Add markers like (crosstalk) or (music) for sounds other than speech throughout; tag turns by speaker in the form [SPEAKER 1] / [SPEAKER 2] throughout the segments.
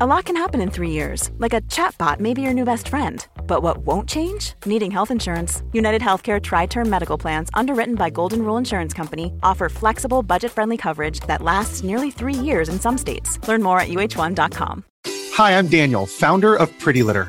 [SPEAKER 1] A lot can happen in three years, like a chatbot may be your new best friend. But what won't change? Needing health insurance. United Healthcare Tri Term Medical Plans, underwritten by Golden Rule Insurance Company, offer flexible, budget friendly coverage that lasts nearly three years in some states. Learn more at uh1.com.
[SPEAKER 2] Hi, I'm Daniel, founder of Pretty Litter.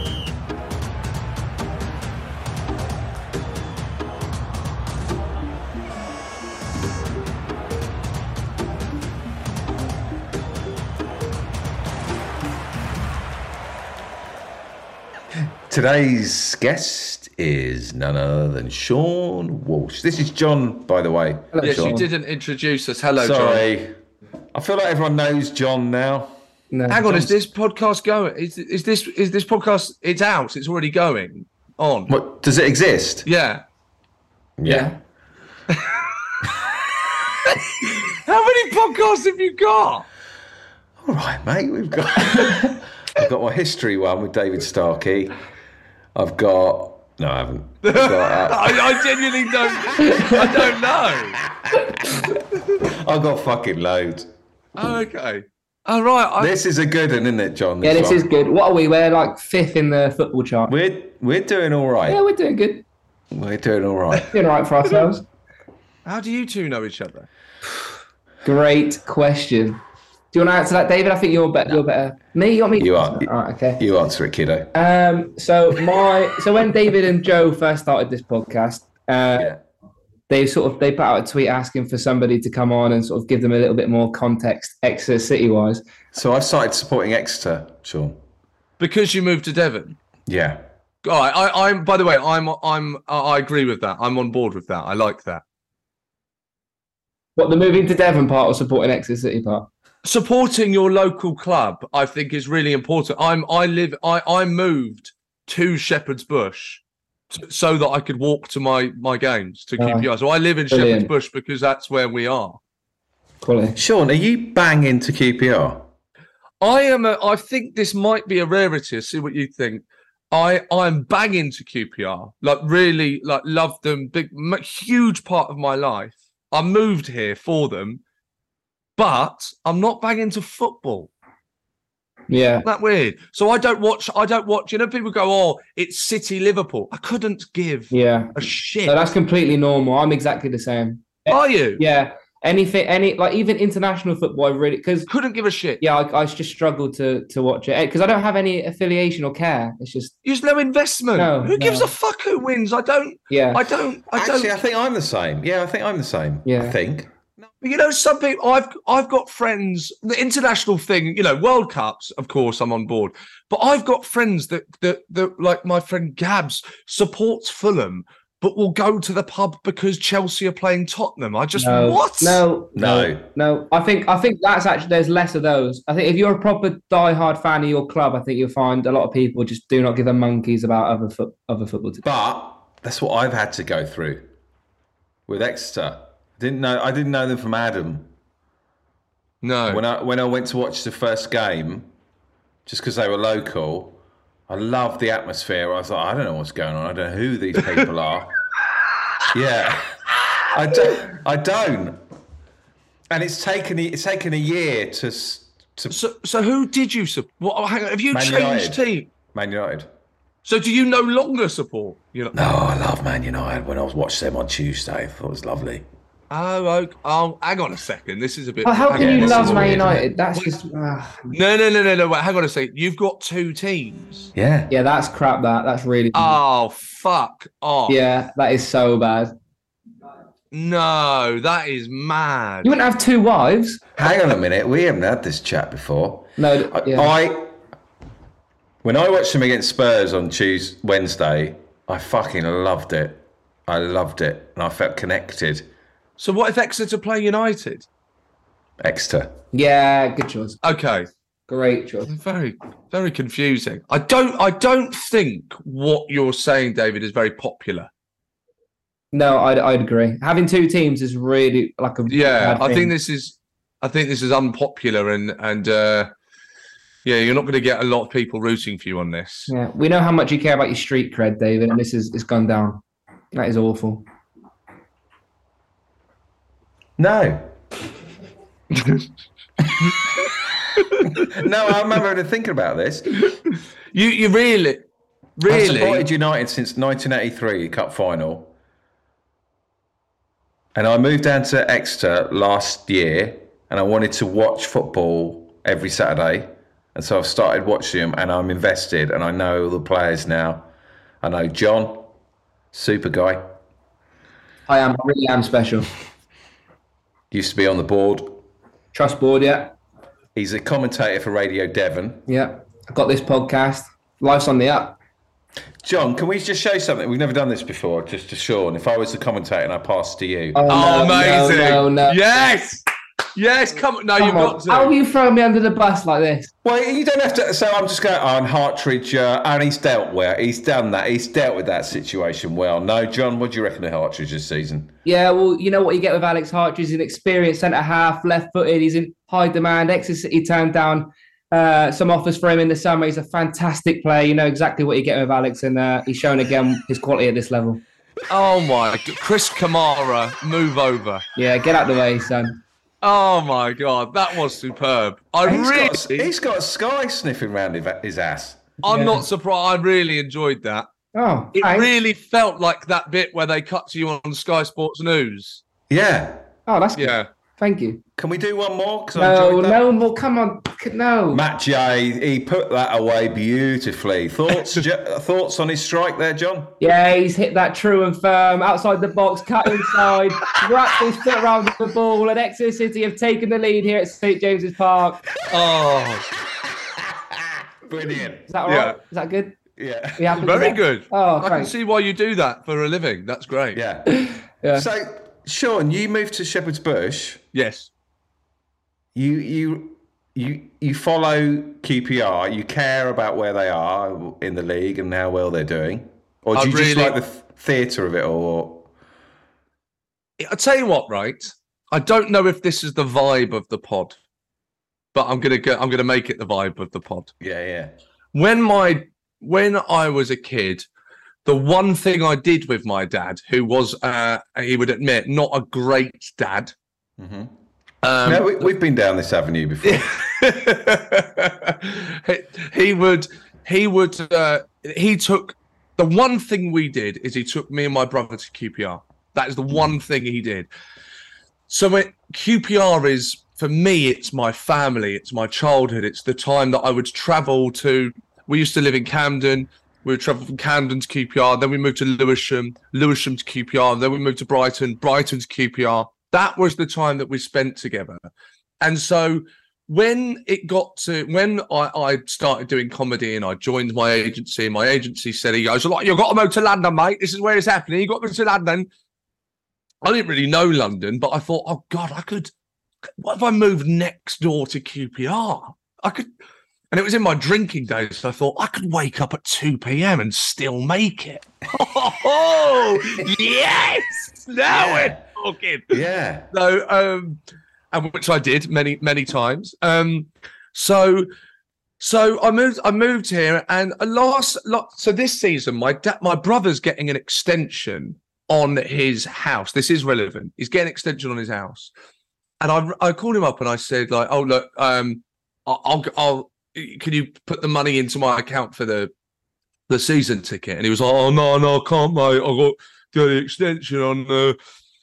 [SPEAKER 3] Today's guest is none other than Sean Walsh. This is John, by the way. Hello,
[SPEAKER 4] Yes,
[SPEAKER 3] John.
[SPEAKER 4] you didn't introduce us. Hello, John.
[SPEAKER 3] Sorry. I feel like everyone knows John now.
[SPEAKER 5] No,
[SPEAKER 4] Hang on, is this podcast going? Is, is this is this podcast? It's out. It's already going on.
[SPEAKER 3] What does it exist?
[SPEAKER 4] Yeah.
[SPEAKER 3] Yeah.
[SPEAKER 4] How many podcasts have you got?
[SPEAKER 3] All right, mate. We've got (laughs) I've got my history one with David Starkey. I've got no, I haven't. I've got, uh,
[SPEAKER 4] I, I genuinely don't. I don't know.
[SPEAKER 3] I've got fucking loads.
[SPEAKER 4] Oh, okay. All right. I,
[SPEAKER 3] This is a good one, isn't it, John?
[SPEAKER 5] yeah, this
[SPEAKER 3] one?
[SPEAKER 5] is good. What are we? We're like fifth in the football chart.
[SPEAKER 3] We're we're doing all right.
[SPEAKER 5] yeah, we're doing good.
[SPEAKER 3] We're doing all right.
[SPEAKER 5] Doing all right for ourselves.
[SPEAKER 4] how do you two know each other?
[SPEAKER 5] Great question. Do you want to answer that, David? I think you're better. You're better. Me? You want me? to
[SPEAKER 3] You are.
[SPEAKER 5] answer that? All right. Okay.
[SPEAKER 3] You answer it, kiddo.
[SPEAKER 5] Um, so my so when David and Joe first started this podcast, uh,
[SPEAKER 3] Yeah.
[SPEAKER 5] they sort of they put out a tweet asking for somebody to come on and sort of give them a little bit more context, Exeter City wise.
[SPEAKER 3] So I've started supporting Exeter, Sean.
[SPEAKER 4] Because you moved to Devon.
[SPEAKER 3] Yeah.
[SPEAKER 4] All right. I, I'm. By the way, I'm. I'm. I I agree with that. I'm on board with that. I like that.
[SPEAKER 5] What the moving to Devon part or supporting Exeter City part?
[SPEAKER 4] supporting your local club i think is really important i'm i live i i moved to shepherd's bush t- so that i could walk to my my games to keep
[SPEAKER 5] Ah,
[SPEAKER 4] you up. so i live in
[SPEAKER 5] brilliant.
[SPEAKER 4] shepherd's bush because that's where we are
[SPEAKER 5] Quality.
[SPEAKER 3] Sean, are you banging to QPR?
[SPEAKER 4] i am a, i think this might be a rarity see what you think i i'm banging to qpr like really like love them big m- huge part of my life i moved here for them but i'm not banging to football
[SPEAKER 5] Yeah.
[SPEAKER 4] that weird. So I don't watch. I don't watch. You know, people go, "Oh, it's City Liverpool." I couldn't give
[SPEAKER 5] Yeah.
[SPEAKER 4] a shit.
[SPEAKER 5] So that's completely normal. I'm exactly the same.
[SPEAKER 4] Are you?
[SPEAKER 5] Yeah. Anything, any like even international football, I really because
[SPEAKER 4] Couldn't give a shit.
[SPEAKER 5] yeah, I, I just struggled to to watch it because I don't have any affiliation or care. It's just
[SPEAKER 4] There's no investment.
[SPEAKER 5] No,
[SPEAKER 4] who gives
[SPEAKER 5] no.
[SPEAKER 4] a fuck who wins? I don't.
[SPEAKER 5] yeah.
[SPEAKER 4] I don't. I don't.
[SPEAKER 3] Actually, I think I'm the same. Yeah, I think I'm the same.
[SPEAKER 5] Yeah.
[SPEAKER 3] I think.
[SPEAKER 4] you know, some people. I've I've got friends. The international thing. You know, World Cups. Of course, I'm on board. But I've got friends that that that like my friend Gabs supports Fulham. But will go to the pub because Chelsea are playing Tottenham. I just
[SPEAKER 5] no,
[SPEAKER 4] what?
[SPEAKER 5] Um, No,
[SPEAKER 3] No.
[SPEAKER 5] no. I think I think that's actually there's less of those. I think if you're a proper diehard fan of your club, I think you'll find a lot of people just do not give a monkeys about other foot other football teams.
[SPEAKER 3] But that's what I've had to go through with Exeter. Didn't know I didn't know them from Adam.
[SPEAKER 4] no.
[SPEAKER 3] When I when I went to watch the first game, just because they were local, I loved the atmosphere. I was like, I don't know what's going on. I don't know who these people
[SPEAKER 4] (laughs)
[SPEAKER 3] are. yeah, I don't. I don't. And it's taken a- it's taken a year to s- to
[SPEAKER 4] So, so who did you support? Well, hang on, have you
[SPEAKER 3] Man
[SPEAKER 4] changed
[SPEAKER 3] United.
[SPEAKER 4] team?
[SPEAKER 3] Man United.
[SPEAKER 4] So do you no longer support? You know?
[SPEAKER 3] No, I love Man United. When I was watching them on Tuesday, I thought it was lovely.
[SPEAKER 4] Oh, okay. oh, hang on a second. This is a bit.
[SPEAKER 5] But how can
[SPEAKER 3] Yeah,
[SPEAKER 5] you
[SPEAKER 3] this
[SPEAKER 5] love
[SPEAKER 3] is
[SPEAKER 5] Man
[SPEAKER 3] weird, isn't it?
[SPEAKER 5] United? That's just ah,
[SPEAKER 4] No, no, no, no, no. Wait, hang on a second. You've got two teams.
[SPEAKER 3] Yeah.
[SPEAKER 5] yeah, that's crap. That that's really
[SPEAKER 3] Hmm.
[SPEAKER 4] Oh fuck off!
[SPEAKER 5] yeah, that is so bad.
[SPEAKER 4] No, that is mad.
[SPEAKER 5] You wouldn't have two wives.
[SPEAKER 3] Hang on a minute. We haven't had this chat before.
[SPEAKER 5] No,
[SPEAKER 3] I-
[SPEAKER 5] yeah.
[SPEAKER 3] I when I watched them against Spurs on Tuesday, Wednesday, I fucking loved it. I loved it, and I felt connected.
[SPEAKER 4] So what if Exeter play United?
[SPEAKER 3] Exeter.
[SPEAKER 5] yeah, good choice.
[SPEAKER 4] Okay,
[SPEAKER 5] Great choice.
[SPEAKER 4] Very, very confusing. I don't, I don't think what you're saying, David, is very popular.
[SPEAKER 5] No, I'd, I'd agree. Having two teams is really like a
[SPEAKER 4] Yeah,
[SPEAKER 5] bad
[SPEAKER 4] I
[SPEAKER 5] thing.
[SPEAKER 4] think this is, I think this is unpopular, and and uh, yeah, you're not going to get a lot of people rooting for you on this.
[SPEAKER 5] Yeah, we know how much you care about your street cred, David, and this is it's gone down. That is awful.
[SPEAKER 3] No. (laughs) no, I remember even thinking about this.
[SPEAKER 4] You, you really,
[SPEAKER 3] I've
[SPEAKER 4] really,
[SPEAKER 3] supported United since 1983 Cup final, and I moved down to Exeter last year, and I wanted to watch football every Saturday, and so I've started watching them, and I'm invested, and I know all the players now. I know John, super guy,
[SPEAKER 5] I am, I really am special.
[SPEAKER 3] used to be on the board.
[SPEAKER 5] Trust board, yeah,
[SPEAKER 3] He's a commentator for Radio Devon.
[SPEAKER 5] yeah. I got this podcast. Life's on the up.
[SPEAKER 3] John, can we just show something? We've never done this before, just to Sean. If I was the commentator and I passed to you,
[SPEAKER 4] oh,
[SPEAKER 5] no, no,
[SPEAKER 4] amazing,
[SPEAKER 5] No, no,
[SPEAKER 4] yes, yes, come, no, you've
[SPEAKER 5] Come on.
[SPEAKER 4] got to.
[SPEAKER 5] How have you thrown me under the bus like this?
[SPEAKER 3] Well, you don't have to. So I'm just going on Hartridge, uh, and he's dealt well. He's done that. He's dealt with that situation well. No, John, what do you reckon of Hartridge this season?
[SPEAKER 5] Yeah, well, you know what you get with Alex Hartridge. He's an experienced centre half, left footed. He's in high demand. Exeter City turned down uh, some offers for him in the summer. He's a fantastic player. You know exactly what you get with Alex, and uh, he's shown again his quality at this level.
[SPEAKER 4] Oh my, g- Chris Kamara, move over.
[SPEAKER 5] Yeah, get out the way, son.
[SPEAKER 4] Oh my god, that was superb. I
[SPEAKER 3] He's
[SPEAKER 4] really,
[SPEAKER 3] got, he's got Sky sniffing round his- his ass.
[SPEAKER 4] I'm
[SPEAKER 5] Yeah.
[SPEAKER 4] not surprised. I really enjoyed that.
[SPEAKER 5] Oh,
[SPEAKER 4] It
[SPEAKER 5] thanks.
[SPEAKER 4] really felt like that bit where they cut to you on Sky Sports News.
[SPEAKER 3] Yeah.
[SPEAKER 5] oh, that's good.
[SPEAKER 4] Yeah.
[SPEAKER 5] Thank you.
[SPEAKER 3] Can we do one more? 'Cause I
[SPEAKER 5] No,
[SPEAKER 3] enjoyed that.
[SPEAKER 5] no more. Come on, c- no.
[SPEAKER 3] Matt J, he put that away beautifully. Thoughts, Ju- thoughts on his strike there, John?
[SPEAKER 5] Yeah, he's hit that true and firm outside the box, cut inside, (laughs) wrapped his foot around the ball, and Exeter City have taken the lead here at St James's Park.
[SPEAKER 4] Oh,
[SPEAKER 3] Brilliant.
[SPEAKER 5] Is that all right?
[SPEAKER 4] Yeah.
[SPEAKER 5] Is that good?
[SPEAKER 3] Yeah.
[SPEAKER 5] You happy with
[SPEAKER 4] very
[SPEAKER 5] that?
[SPEAKER 4] good.
[SPEAKER 5] Oh,
[SPEAKER 4] I can
[SPEAKER 5] thanks.
[SPEAKER 4] see why you do that for a living. That's great.
[SPEAKER 3] Yeah.
[SPEAKER 5] (laughs) Yeah.
[SPEAKER 3] So, Sean, you moved to Shepherd's Bush.
[SPEAKER 4] Yes.
[SPEAKER 3] you you you you follow QPR. You care about where they are in the league and how well they're doing, or do
[SPEAKER 4] I
[SPEAKER 3] you just
[SPEAKER 4] really-
[SPEAKER 3] like the th- theatre of it all?
[SPEAKER 4] I tell you what, right? I don't know if this is the vibe of the pod, but I'm gonna go. I'm gonna make it the vibe of the pod.
[SPEAKER 3] Yeah, yeah.
[SPEAKER 4] when my when I was a kid, the one thing I did with my dad, who was uh, he would admit not a great dad,
[SPEAKER 3] hmm
[SPEAKER 4] um,
[SPEAKER 3] no, we, we've been down this avenue before.
[SPEAKER 4] (laughs) he, he would he would uh, he took the one thing we did is he took me and my brother to QPR. That is the one thing he did. So it, QPR is for me, it's my family, it's my childhood, it's the time that I would travel to. We used to live in Camden. We would travel from Camden to QPR, then we moved to Lewisham, Lewisham to QPR, then we moved to Brighton, Brighton to QPR. That was the time that we spent together. And so when it got to when I, I started doing comedy and I joined my agency, my agency said he goes, like, you've got to move to London, mate. This is where it's happening. You got to move to London. I didn't really know London, but I thought, oh God, I could what if I moved next door to QPR? I could and it was in my drinking days, so I thought I could wake up at 2 p.m. and still make it. (laughs) Oh, yes! Now
[SPEAKER 3] Yeah.
[SPEAKER 4] we're talking.
[SPEAKER 3] (laughs) yeah.
[SPEAKER 4] So, um, and which I did many, many times. Um, so, so I moved, I moved here, and a last, lot. So this season, my dad, my brother's getting an extension on his house. This is relevant. He's getting an extension on his house, and I, I called him up and I said, like, oh look, um, I- I'll, I'll, can you put the money into my account for the, the season ticket? And he was like, oh no, no, I can't, mate. I got the extension on the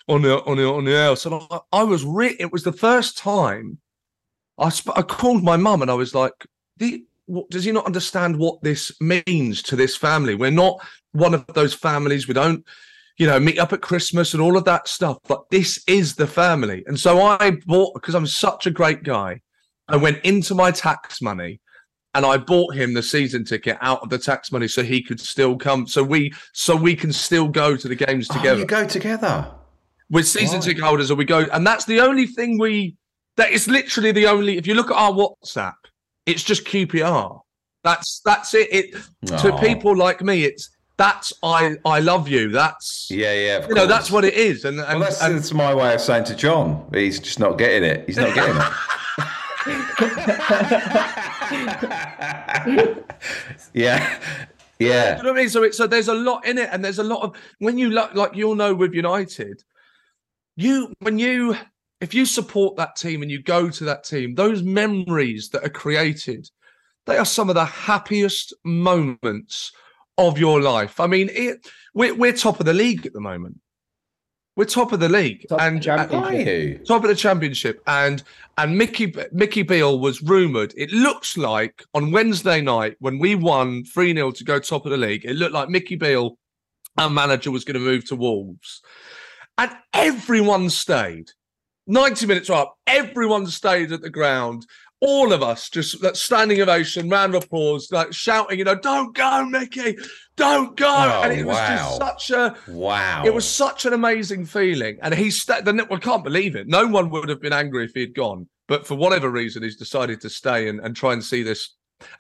[SPEAKER 4] on the on the on the house, and I, I was re- it was the first time I sp- I called my mum and I was like, the, what, does he not understand what this means to this family? We're not one of those families. We don't, you know, meet up at Christmas and all of that stuff. But this is the family, and so I bought because I'm such a great guy. I went into my tax money. And I bought him the season ticket out of the tax money, so he could still come. So we, so we can still go to the games
[SPEAKER 3] Oh,
[SPEAKER 4] together
[SPEAKER 3] you go together.
[SPEAKER 4] with season
[SPEAKER 3] Right.
[SPEAKER 4] ticket holders, and we go, and that's the only thing we. That is literally the only. If you look at our WhatsApp, It's just QPR. That's that's it. It to
[SPEAKER 3] Aw.
[SPEAKER 4] people like me, it's that's I I love you. That's
[SPEAKER 3] Yeah, yeah. Of
[SPEAKER 4] you know that's
[SPEAKER 3] course.
[SPEAKER 4] what it is. And,
[SPEAKER 3] Well,
[SPEAKER 4] and,
[SPEAKER 3] that's,
[SPEAKER 4] and
[SPEAKER 3] that's my way of saying to John, he's just not getting it. He's not getting it. (laughs) yeah, (laughs)
[SPEAKER 4] you
[SPEAKER 3] yeah,
[SPEAKER 4] know what I mean. So it, so there's a lot in it, and there's a lot of when you look like you'll know with United, you when you if you support that team and you go to that team, those memories that are created, they are some of the happiest moments of your life. I mean, it, we're we're top of the league at the moment. We're top of the league,
[SPEAKER 5] Top of the
[SPEAKER 4] and
[SPEAKER 5] championship.
[SPEAKER 3] are you?
[SPEAKER 4] top of the championship and and Mickey Mickey Beale was rumored it looks like on Wednesday night when we won 3-0 to go top of the league it looked like Mickey Beale our manager was going to move to Wolves and everyone stayed 90 minutes up everyone stayed at the ground all of us just that standing ovation round of applause like shouting you know don't go Mickey don't go
[SPEAKER 3] Oh,
[SPEAKER 4] and it was just
[SPEAKER 3] wow.
[SPEAKER 4] such a
[SPEAKER 3] Wow.
[SPEAKER 4] it was such an amazing feeling, and he sta The, I can't believe it. No one would have been angry if he had gone, but for whatever reason, he's decided to stay and, and try and see this,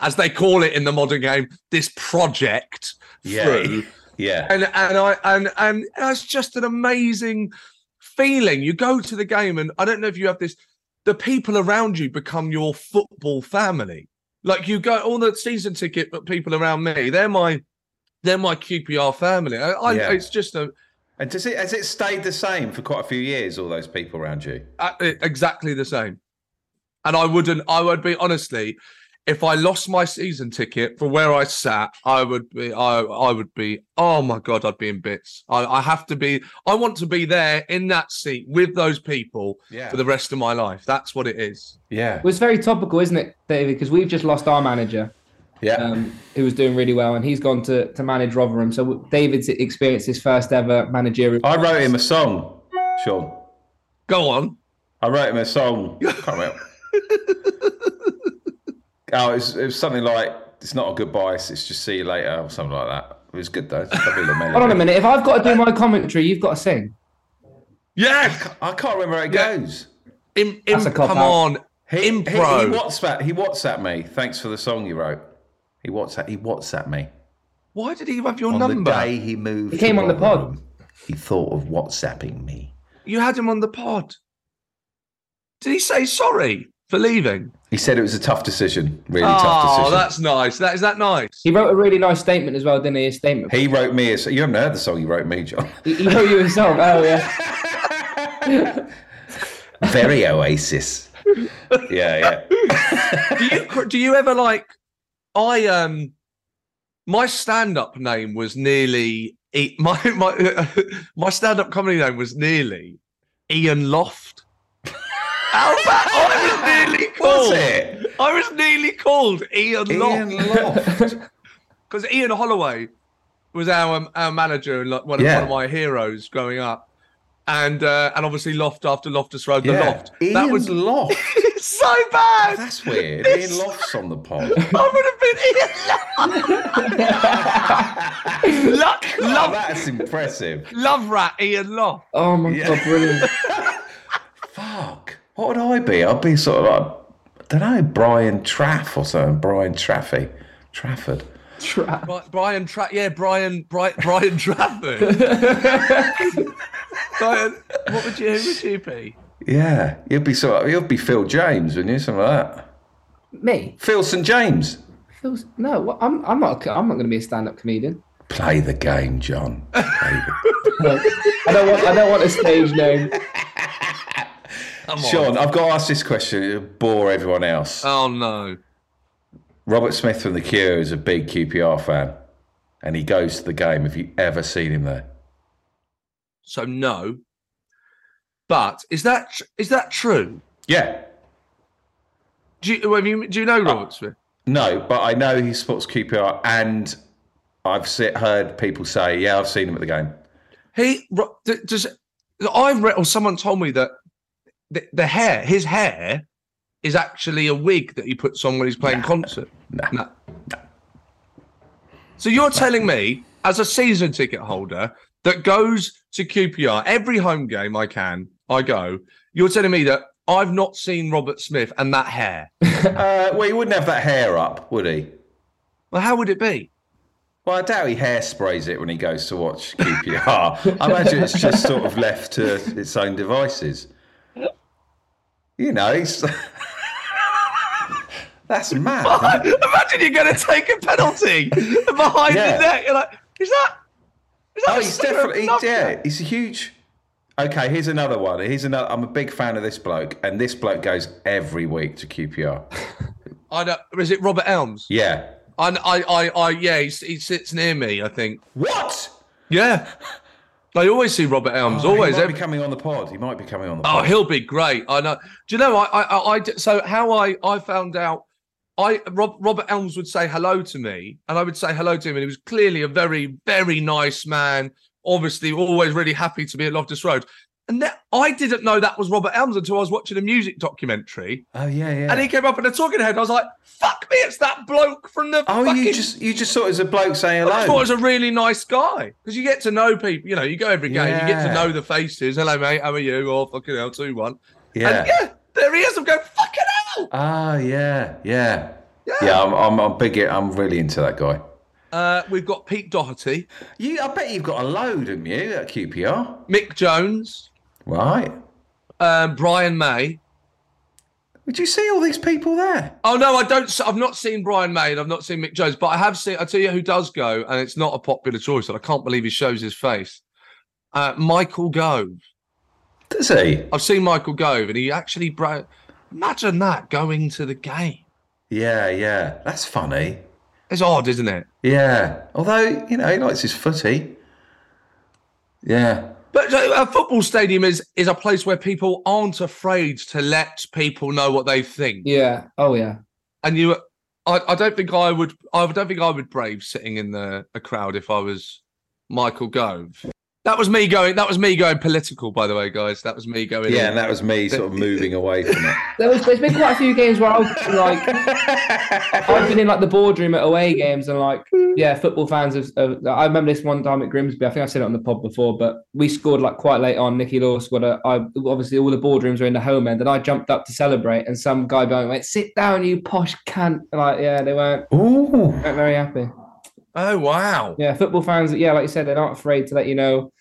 [SPEAKER 4] as they call it in the modern game, this project
[SPEAKER 3] yeah,
[SPEAKER 4] through.
[SPEAKER 3] yeah.
[SPEAKER 4] And and I and and that's just an amazing feeling. You go to the game, and I don't know if you have this. The people around you become your football family. Like you go all the season ticket people around me. They're my they're my QPR family. I, I,
[SPEAKER 3] Yeah.
[SPEAKER 4] It's just a
[SPEAKER 3] And does it has it stayed the same for quite a few years? All those people around you.
[SPEAKER 4] uh, exactly the same. And I wouldn't, I would be honestly, if I lost my season ticket for where I sat, I would be, I, I would be, oh my God, I'd be in bits. I, I have to be, I want to be there in that seat with those people
[SPEAKER 3] Yeah.
[SPEAKER 4] for the rest of my life. That's what it is.
[SPEAKER 3] Yeah,
[SPEAKER 5] Well, it's very topical, isn't it, David? Because we've just lost our manager,
[SPEAKER 3] yeah.
[SPEAKER 5] um, who was doing really well, and he's gone to, to manage Rotherham. So w- David's experienced his first ever managerial.
[SPEAKER 3] I wrote him a song, Sean.
[SPEAKER 4] Go on.
[SPEAKER 3] I wrote him a song. Can't
[SPEAKER 5] (laughs)
[SPEAKER 3] remember. oh, it was, it was something like it's not a goodbye. It's it's just see you later or something like that. It was good though. It's lovely
[SPEAKER 5] (laughs)
[SPEAKER 3] little melody.
[SPEAKER 5] Hold on a minute. If I've got to do my commentary, you've got to sing.
[SPEAKER 4] Yes.
[SPEAKER 3] I can't remember how it
[SPEAKER 4] Yeah.
[SPEAKER 3] goes.
[SPEAKER 4] Im,
[SPEAKER 5] That's
[SPEAKER 4] im-
[SPEAKER 5] a cop
[SPEAKER 4] come
[SPEAKER 5] out.
[SPEAKER 4] on.
[SPEAKER 3] He, he, he
[SPEAKER 4] Impro.
[SPEAKER 3] WhatsApp. He WhatsApp me. Thanks for the song you wrote. He WhatsApp. He WhatsApp me
[SPEAKER 4] Why did he have your
[SPEAKER 3] on
[SPEAKER 4] number?
[SPEAKER 3] the day he moved.
[SPEAKER 5] He came
[SPEAKER 3] to
[SPEAKER 5] on the pod.
[SPEAKER 3] Rotherham, He thought of WhatsApping me.
[SPEAKER 4] You had him on the pod. Did he say sorry for leaving?
[SPEAKER 3] He said it was a tough decision. Really tough
[SPEAKER 4] oh,
[SPEAKER 3] decision.
[SPEAKER 4] that's nice. That is that nice.
[SPEAKER 5] He wrote a really nice statement as well, didn't he? His statement.
[SPEAKER 3] He wrote me. A, so- you haven't heard the song he wrote me, John.
[SPEAKER 5] He, he wrote you a song.
[SPEAKER 3] (laughs)
[SPEAKER 5] Oh yeah.
[SPEAKER 4] (laughs)
[SPEAKER 3] Very Oasis. Yeah, yeah.
[SPEAKER 4] do you cr- do you ever like I um my stand up name was nearly E- (laughs) my my my stand up comedy name was nearly Ian Loft. How about I was nearly
[SPEAKER 3] Was
[SPEAKER 4] called
[SPEAKER 3] it?
[SPEAKER 4] I was nearly called Ian,
[SPEAKER 3] Ian
[SPEAKER 4] Loft
[SPEAKER 3] Loft.
[SPEAKER 4] because Ian Holloway was our um, our manager and like, one, of,
[SPEAKER 3] Yeah.
[SPEAKER 4] one of my heroes growing up. And uh, and obviously Loft after Loftus Road, (laughs) the
[SPEAKER 3] Yeah.
[SPEAKER 4] Loft.
[SPEAKER 3] Ian
[SPEAKER 4] that was
[SPEAKER 3] Loft.
[SPEAKER 4] it's so bad.
[SPEAKER 3] That's weird. Ian Loft's on the
[SPEAKER 4] (laughs)
[SPEAKER 3] pod.
[SPEAKER 4] I would have been Ian Love.
[SPEAKER 3] Oh,
[SPEAKER 4] love, love,
[SPEAKER 3] that's impressive.
[SPEAKER 4] love rat Ian Love.
[SPEAKER 5] Oh my
[SPEAKER 3] Yeah.
[SPEAKER 5] god, brilliant.
[SPEAKER 3] Fuck. What would I be? I'd be sort of like, I don't know, Brian Traff or something. Brian Traffy. Trafford.
[SPEAKER 5] Trap.
[SPEAKER 4] Bri- Brian Tra- yeah, Brian Bri- Brian Trafford. (laughs) Brian, what would you who would you be?
[SPEAKER 3] Yeah. You'd be sort of, you'd be Phil James, wouldn't you? Something like that.
[SPEAKER 5] Me?
[SPEAKER 3] Phil St. James.
[SPEAKER 5] Feels- No, what- I'm I'm not a- I'm not going to be a stand-up comedian. (laughs)
[SPEAKER 3] Play the game, John. Play the-
[SPEAKER 5] I don't want I don't want a stage name.
[SPEAKER 4] Come on.
[SPEAKER 3] Sean, I've got to ask this question. It'll bore everyone else.
[SPEAKER 4] Oh no.
[SPEAKER 3] Robert Smith from The Cure is a big QPR fan, and he goes to the game. Have you ever seen him there?
[SPEAKER 4] So no. But is that tr- is that true?
[SPEAKER 3] Yeah.
[SPEAKER 4] Do you, have you do you know Robert Smith?
[SPEAKER 3] No, but I know he supports QPR, and I've se- heard people say, "Yeah, I've seen him at the game."
[SPEAKER 4] He ro- d- does. I've read, or someone told me that the, the hair, his hair, is actually a wig that he puts on when he's playing concert.
[SPEAKER 3] Nah.
[SPEAKER 4] No. So you're telling me, as a season ticket holder that goes to QPR every home game I can, I go. You're telling me that I've not seen Robert Smith and that hair.
[SPEAKER 3] Uh, well, he wouldn't have that hair up, would he?
[SPEAKER 4] Well, how would it
[SPEAKER 3] (laughs)
[SPEAKER 4] be?
[SPEAKER 3] Well, I doubt he hairsprays it when he goes to watch (laughs) QPR. I imagine it's just sort of left to its own devices. You know, it's (laughs) that's mad. isn't it?
[SPEAKER 4] Imagine you're going to take a
[SPEAKER 3] (laughs)
[SPEAKER 4] penalty behind
[SPEAKER 3] Yeah.
[SPEAKER 4] the net. You're like, is that? Is that
[SPEAKER 3] Oh,
[SPEAKER 4] a
[SPEAKER 3] he's
[SPEAKER 4] sliver of
[SPEAKER 3] definitely he-
[SPEAKER 4] knuckle?
[SPEAKER 3] yeah. He's a huge. Okay, here's another one. Here's another. I'm a big fan of this bloke, and this bloke goes every week to QPR.
[SPEAKER 4] I know. Is it Robert Elms?
[SPEAKER 3] Yeah.
[SPEAKER 4] I, I, I, I yeah, he, s- he sits near me. I think.
[SPEAKER 3] What?
[SPEAKER 4] Yeah, I always see Robert Elms. always.
[SPEAKER 3] Oh, He might
[SPEAKER 4] every-
[SPEAKER 3] be coming on the pod. He might be coming on the
[SPEAKER 4] Oh,
[SPEAKER 3] pod.
[SPEAKER 4] he'll be great. I know. Do you know? I, I, I, I d- so how I, I found out. I Rob, Robert Elms would say hello to me, and I would say hello to him, and he was clearly a very, very nice man. Obviously, always really happy to be at Loftus Road. And that, I didn't know that was Robert Elms until I was watching a music documentary,
[SPEAKER 3] Oh, yeah, yeah.
[SPEAKER 4] and he came up in a talking head. I was like, "Fuck me, it's that bloke from the
[SPEAKER 3] oh,
[SPEAKER 4] fucking
[SPEAKER 3] you just you just thought it was a bloke saying
[SPEAKER 4] I just thought
[SPEAKER 3] hello.
[SPEAKER 4] it was a really nice guy because you get to know people. You know, you go every game, you get
[SPEAKER 3] Yeah.
[SPEAKER 4] to know the faces. Hello, mate. How are you? Or fucking hell, two one.
[SPEAKER 3] yeah.
[SPEAKER 4] And yeah, there he is. I'm going fucking hell.
[SPEAKER 3] Ah, yeah, yeah, yeah. I'm, I'm, I'm big. I'm really into that guy.
[SPEAKER 4] Uh, we've got Pete Doherty,
[SPEAKER 3] You, I bet you've got a load of you at QPR,
[SPEAKER 4] Mick Jones,
[SPEAKER 3] right?
[SPEAKER 4] um, Brian May.
[SPEAKER 3] Would you see all these people there?
[SPEAKER 4] Oh no, I don't. s- I've not seen Brian May, and I've not seen Mick Jones, but I have seen. I tell you who does go, and it's not a popular choice, and I can't believe he shows his face. Uh, Michael Gove.
[SPEAKER 3] Does he?
[SPEAKER 4] I've seen Michael Gove, and he actually. Bro- Imagine that going to the game.
[SPEAKER 3] Yeah, yeah. That's funny.
[SPEAKER 4] It's odd, isn't it?
[SPEAKER 3] Yeah. Although you know he likes his footy. Yeah.
[SPEAKER 4] But uh, a football stadium is is a place where people aren't afraid to let people know what they think.
[SPEAKER 5] Yeah. Oh yeah.
[SPEAKER 4] And you, I, I don't think I would. I don't think I would brave sitting in the a crowd if I was Michael Gove. That was me going. That was me going political, by the way, guys. That was me going.
[SPEAKER 3] Yeah, and that was me sort of (laughs) moving away from it.
[SPEAKER 5] There was, there's been quite a few games where I've
[SPEAKER 3] (laughs)
[SPEAKER 5] like I've been in like the boardroom at away games and like yeah, football fans have. have I remember this one time at Grimsby. I think I've said it on the pod before, but we scored like quite late on. Nicky Law scored. A, I obviously all the boardrooms were in the home end, and I jumped up to celebrate, and some guy behind me went, "Sit down, you posh cunt!" And, like yeah, they weren't,
[SPEAKER 3] Ooh.
[SPEAKER 5] weren't very happy.
[SPEAKER 4] Oh wow.
[SPEAKER 5] Yeah, football fans. Yeah, like you said, they're not afraid to let you know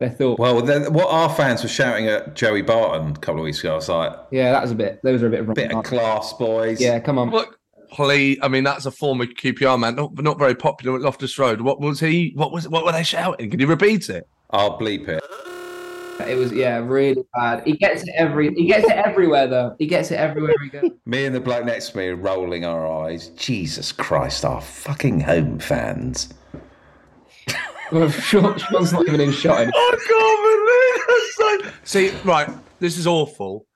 [SPEAKER 5] their thoughts.
[SPEAKER 3] Well, then, what our fans were shouting at Joey Barton a couple of weeks ago, I was like,
[SPEAKER 5] yeah, that was a bit. Those were a bit of
[SPEAKER 3] bit of
[SPEAKER 5] wrong.
[SPEAKER 3] class, boys.
[SPEAKER 5] Yeah, come on.
[SPEAKER 4] Look, please. I mean, that's a former QPR man, not not very popular at Loftus Road. What was he? What was? What were they shouting? Can you repeat it?
[SPEAKER 3] I'll bleep it.
[SPEAKER 5] It was yeah, really bad. He gets it every. He gets it everywhere though. He gets it everywhere he goes. (laughs)
[SPEAKER 3] Me and the bloke next to me are rolling our eyes. Jesus Christ, our fucking home fans.
[SPEAKER 5] Well, Sean, Sean's not even in shot. anymore.
[SPEAKER 4] I can't believe that's so. See, right, this is awful.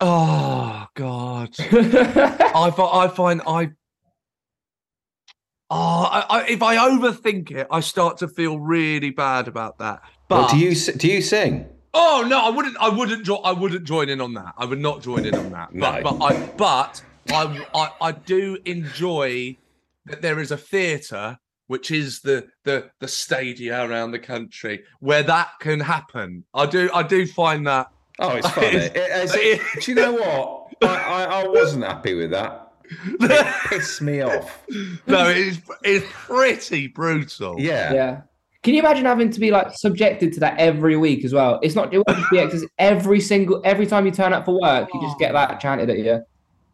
[SPEAKER 4] Oh God, I, fi- I find I. Oh, I, I, if I overthink it, I start to feel really bad about that. But
[SPEAKER 3] Well, do you s- do you sing?
[SPEAKER 4] oh no, I wouldn't. I wouldn't. Jo- I wouldn't join in on that. I would not join in on that. But,
[SPEAKER 3] No.
[SPEAKER 4] but I. But I, I. I do enjoy that there is a theatre which is the the the stadia around the country where that can happen. I do I do find that
[SPEAKER 3] Oh, (laughs) it's funny.
[SPEAKER 4] It is-
[SPEAKER 3] It- it's- do you know what? I, I, I wasn't happy with that. (laughs) It pissed me off.
[SPEAKER 4] (laughs) no, it's it's pretty brutal.
[SPEAKER 3] Yeah.
[SPEAKER 5] Yeah. Can you imagine having to be like subjected to that every week as well? It's not it won't just be exercise. Every single every time you turn up for work, you just get that chanted at you.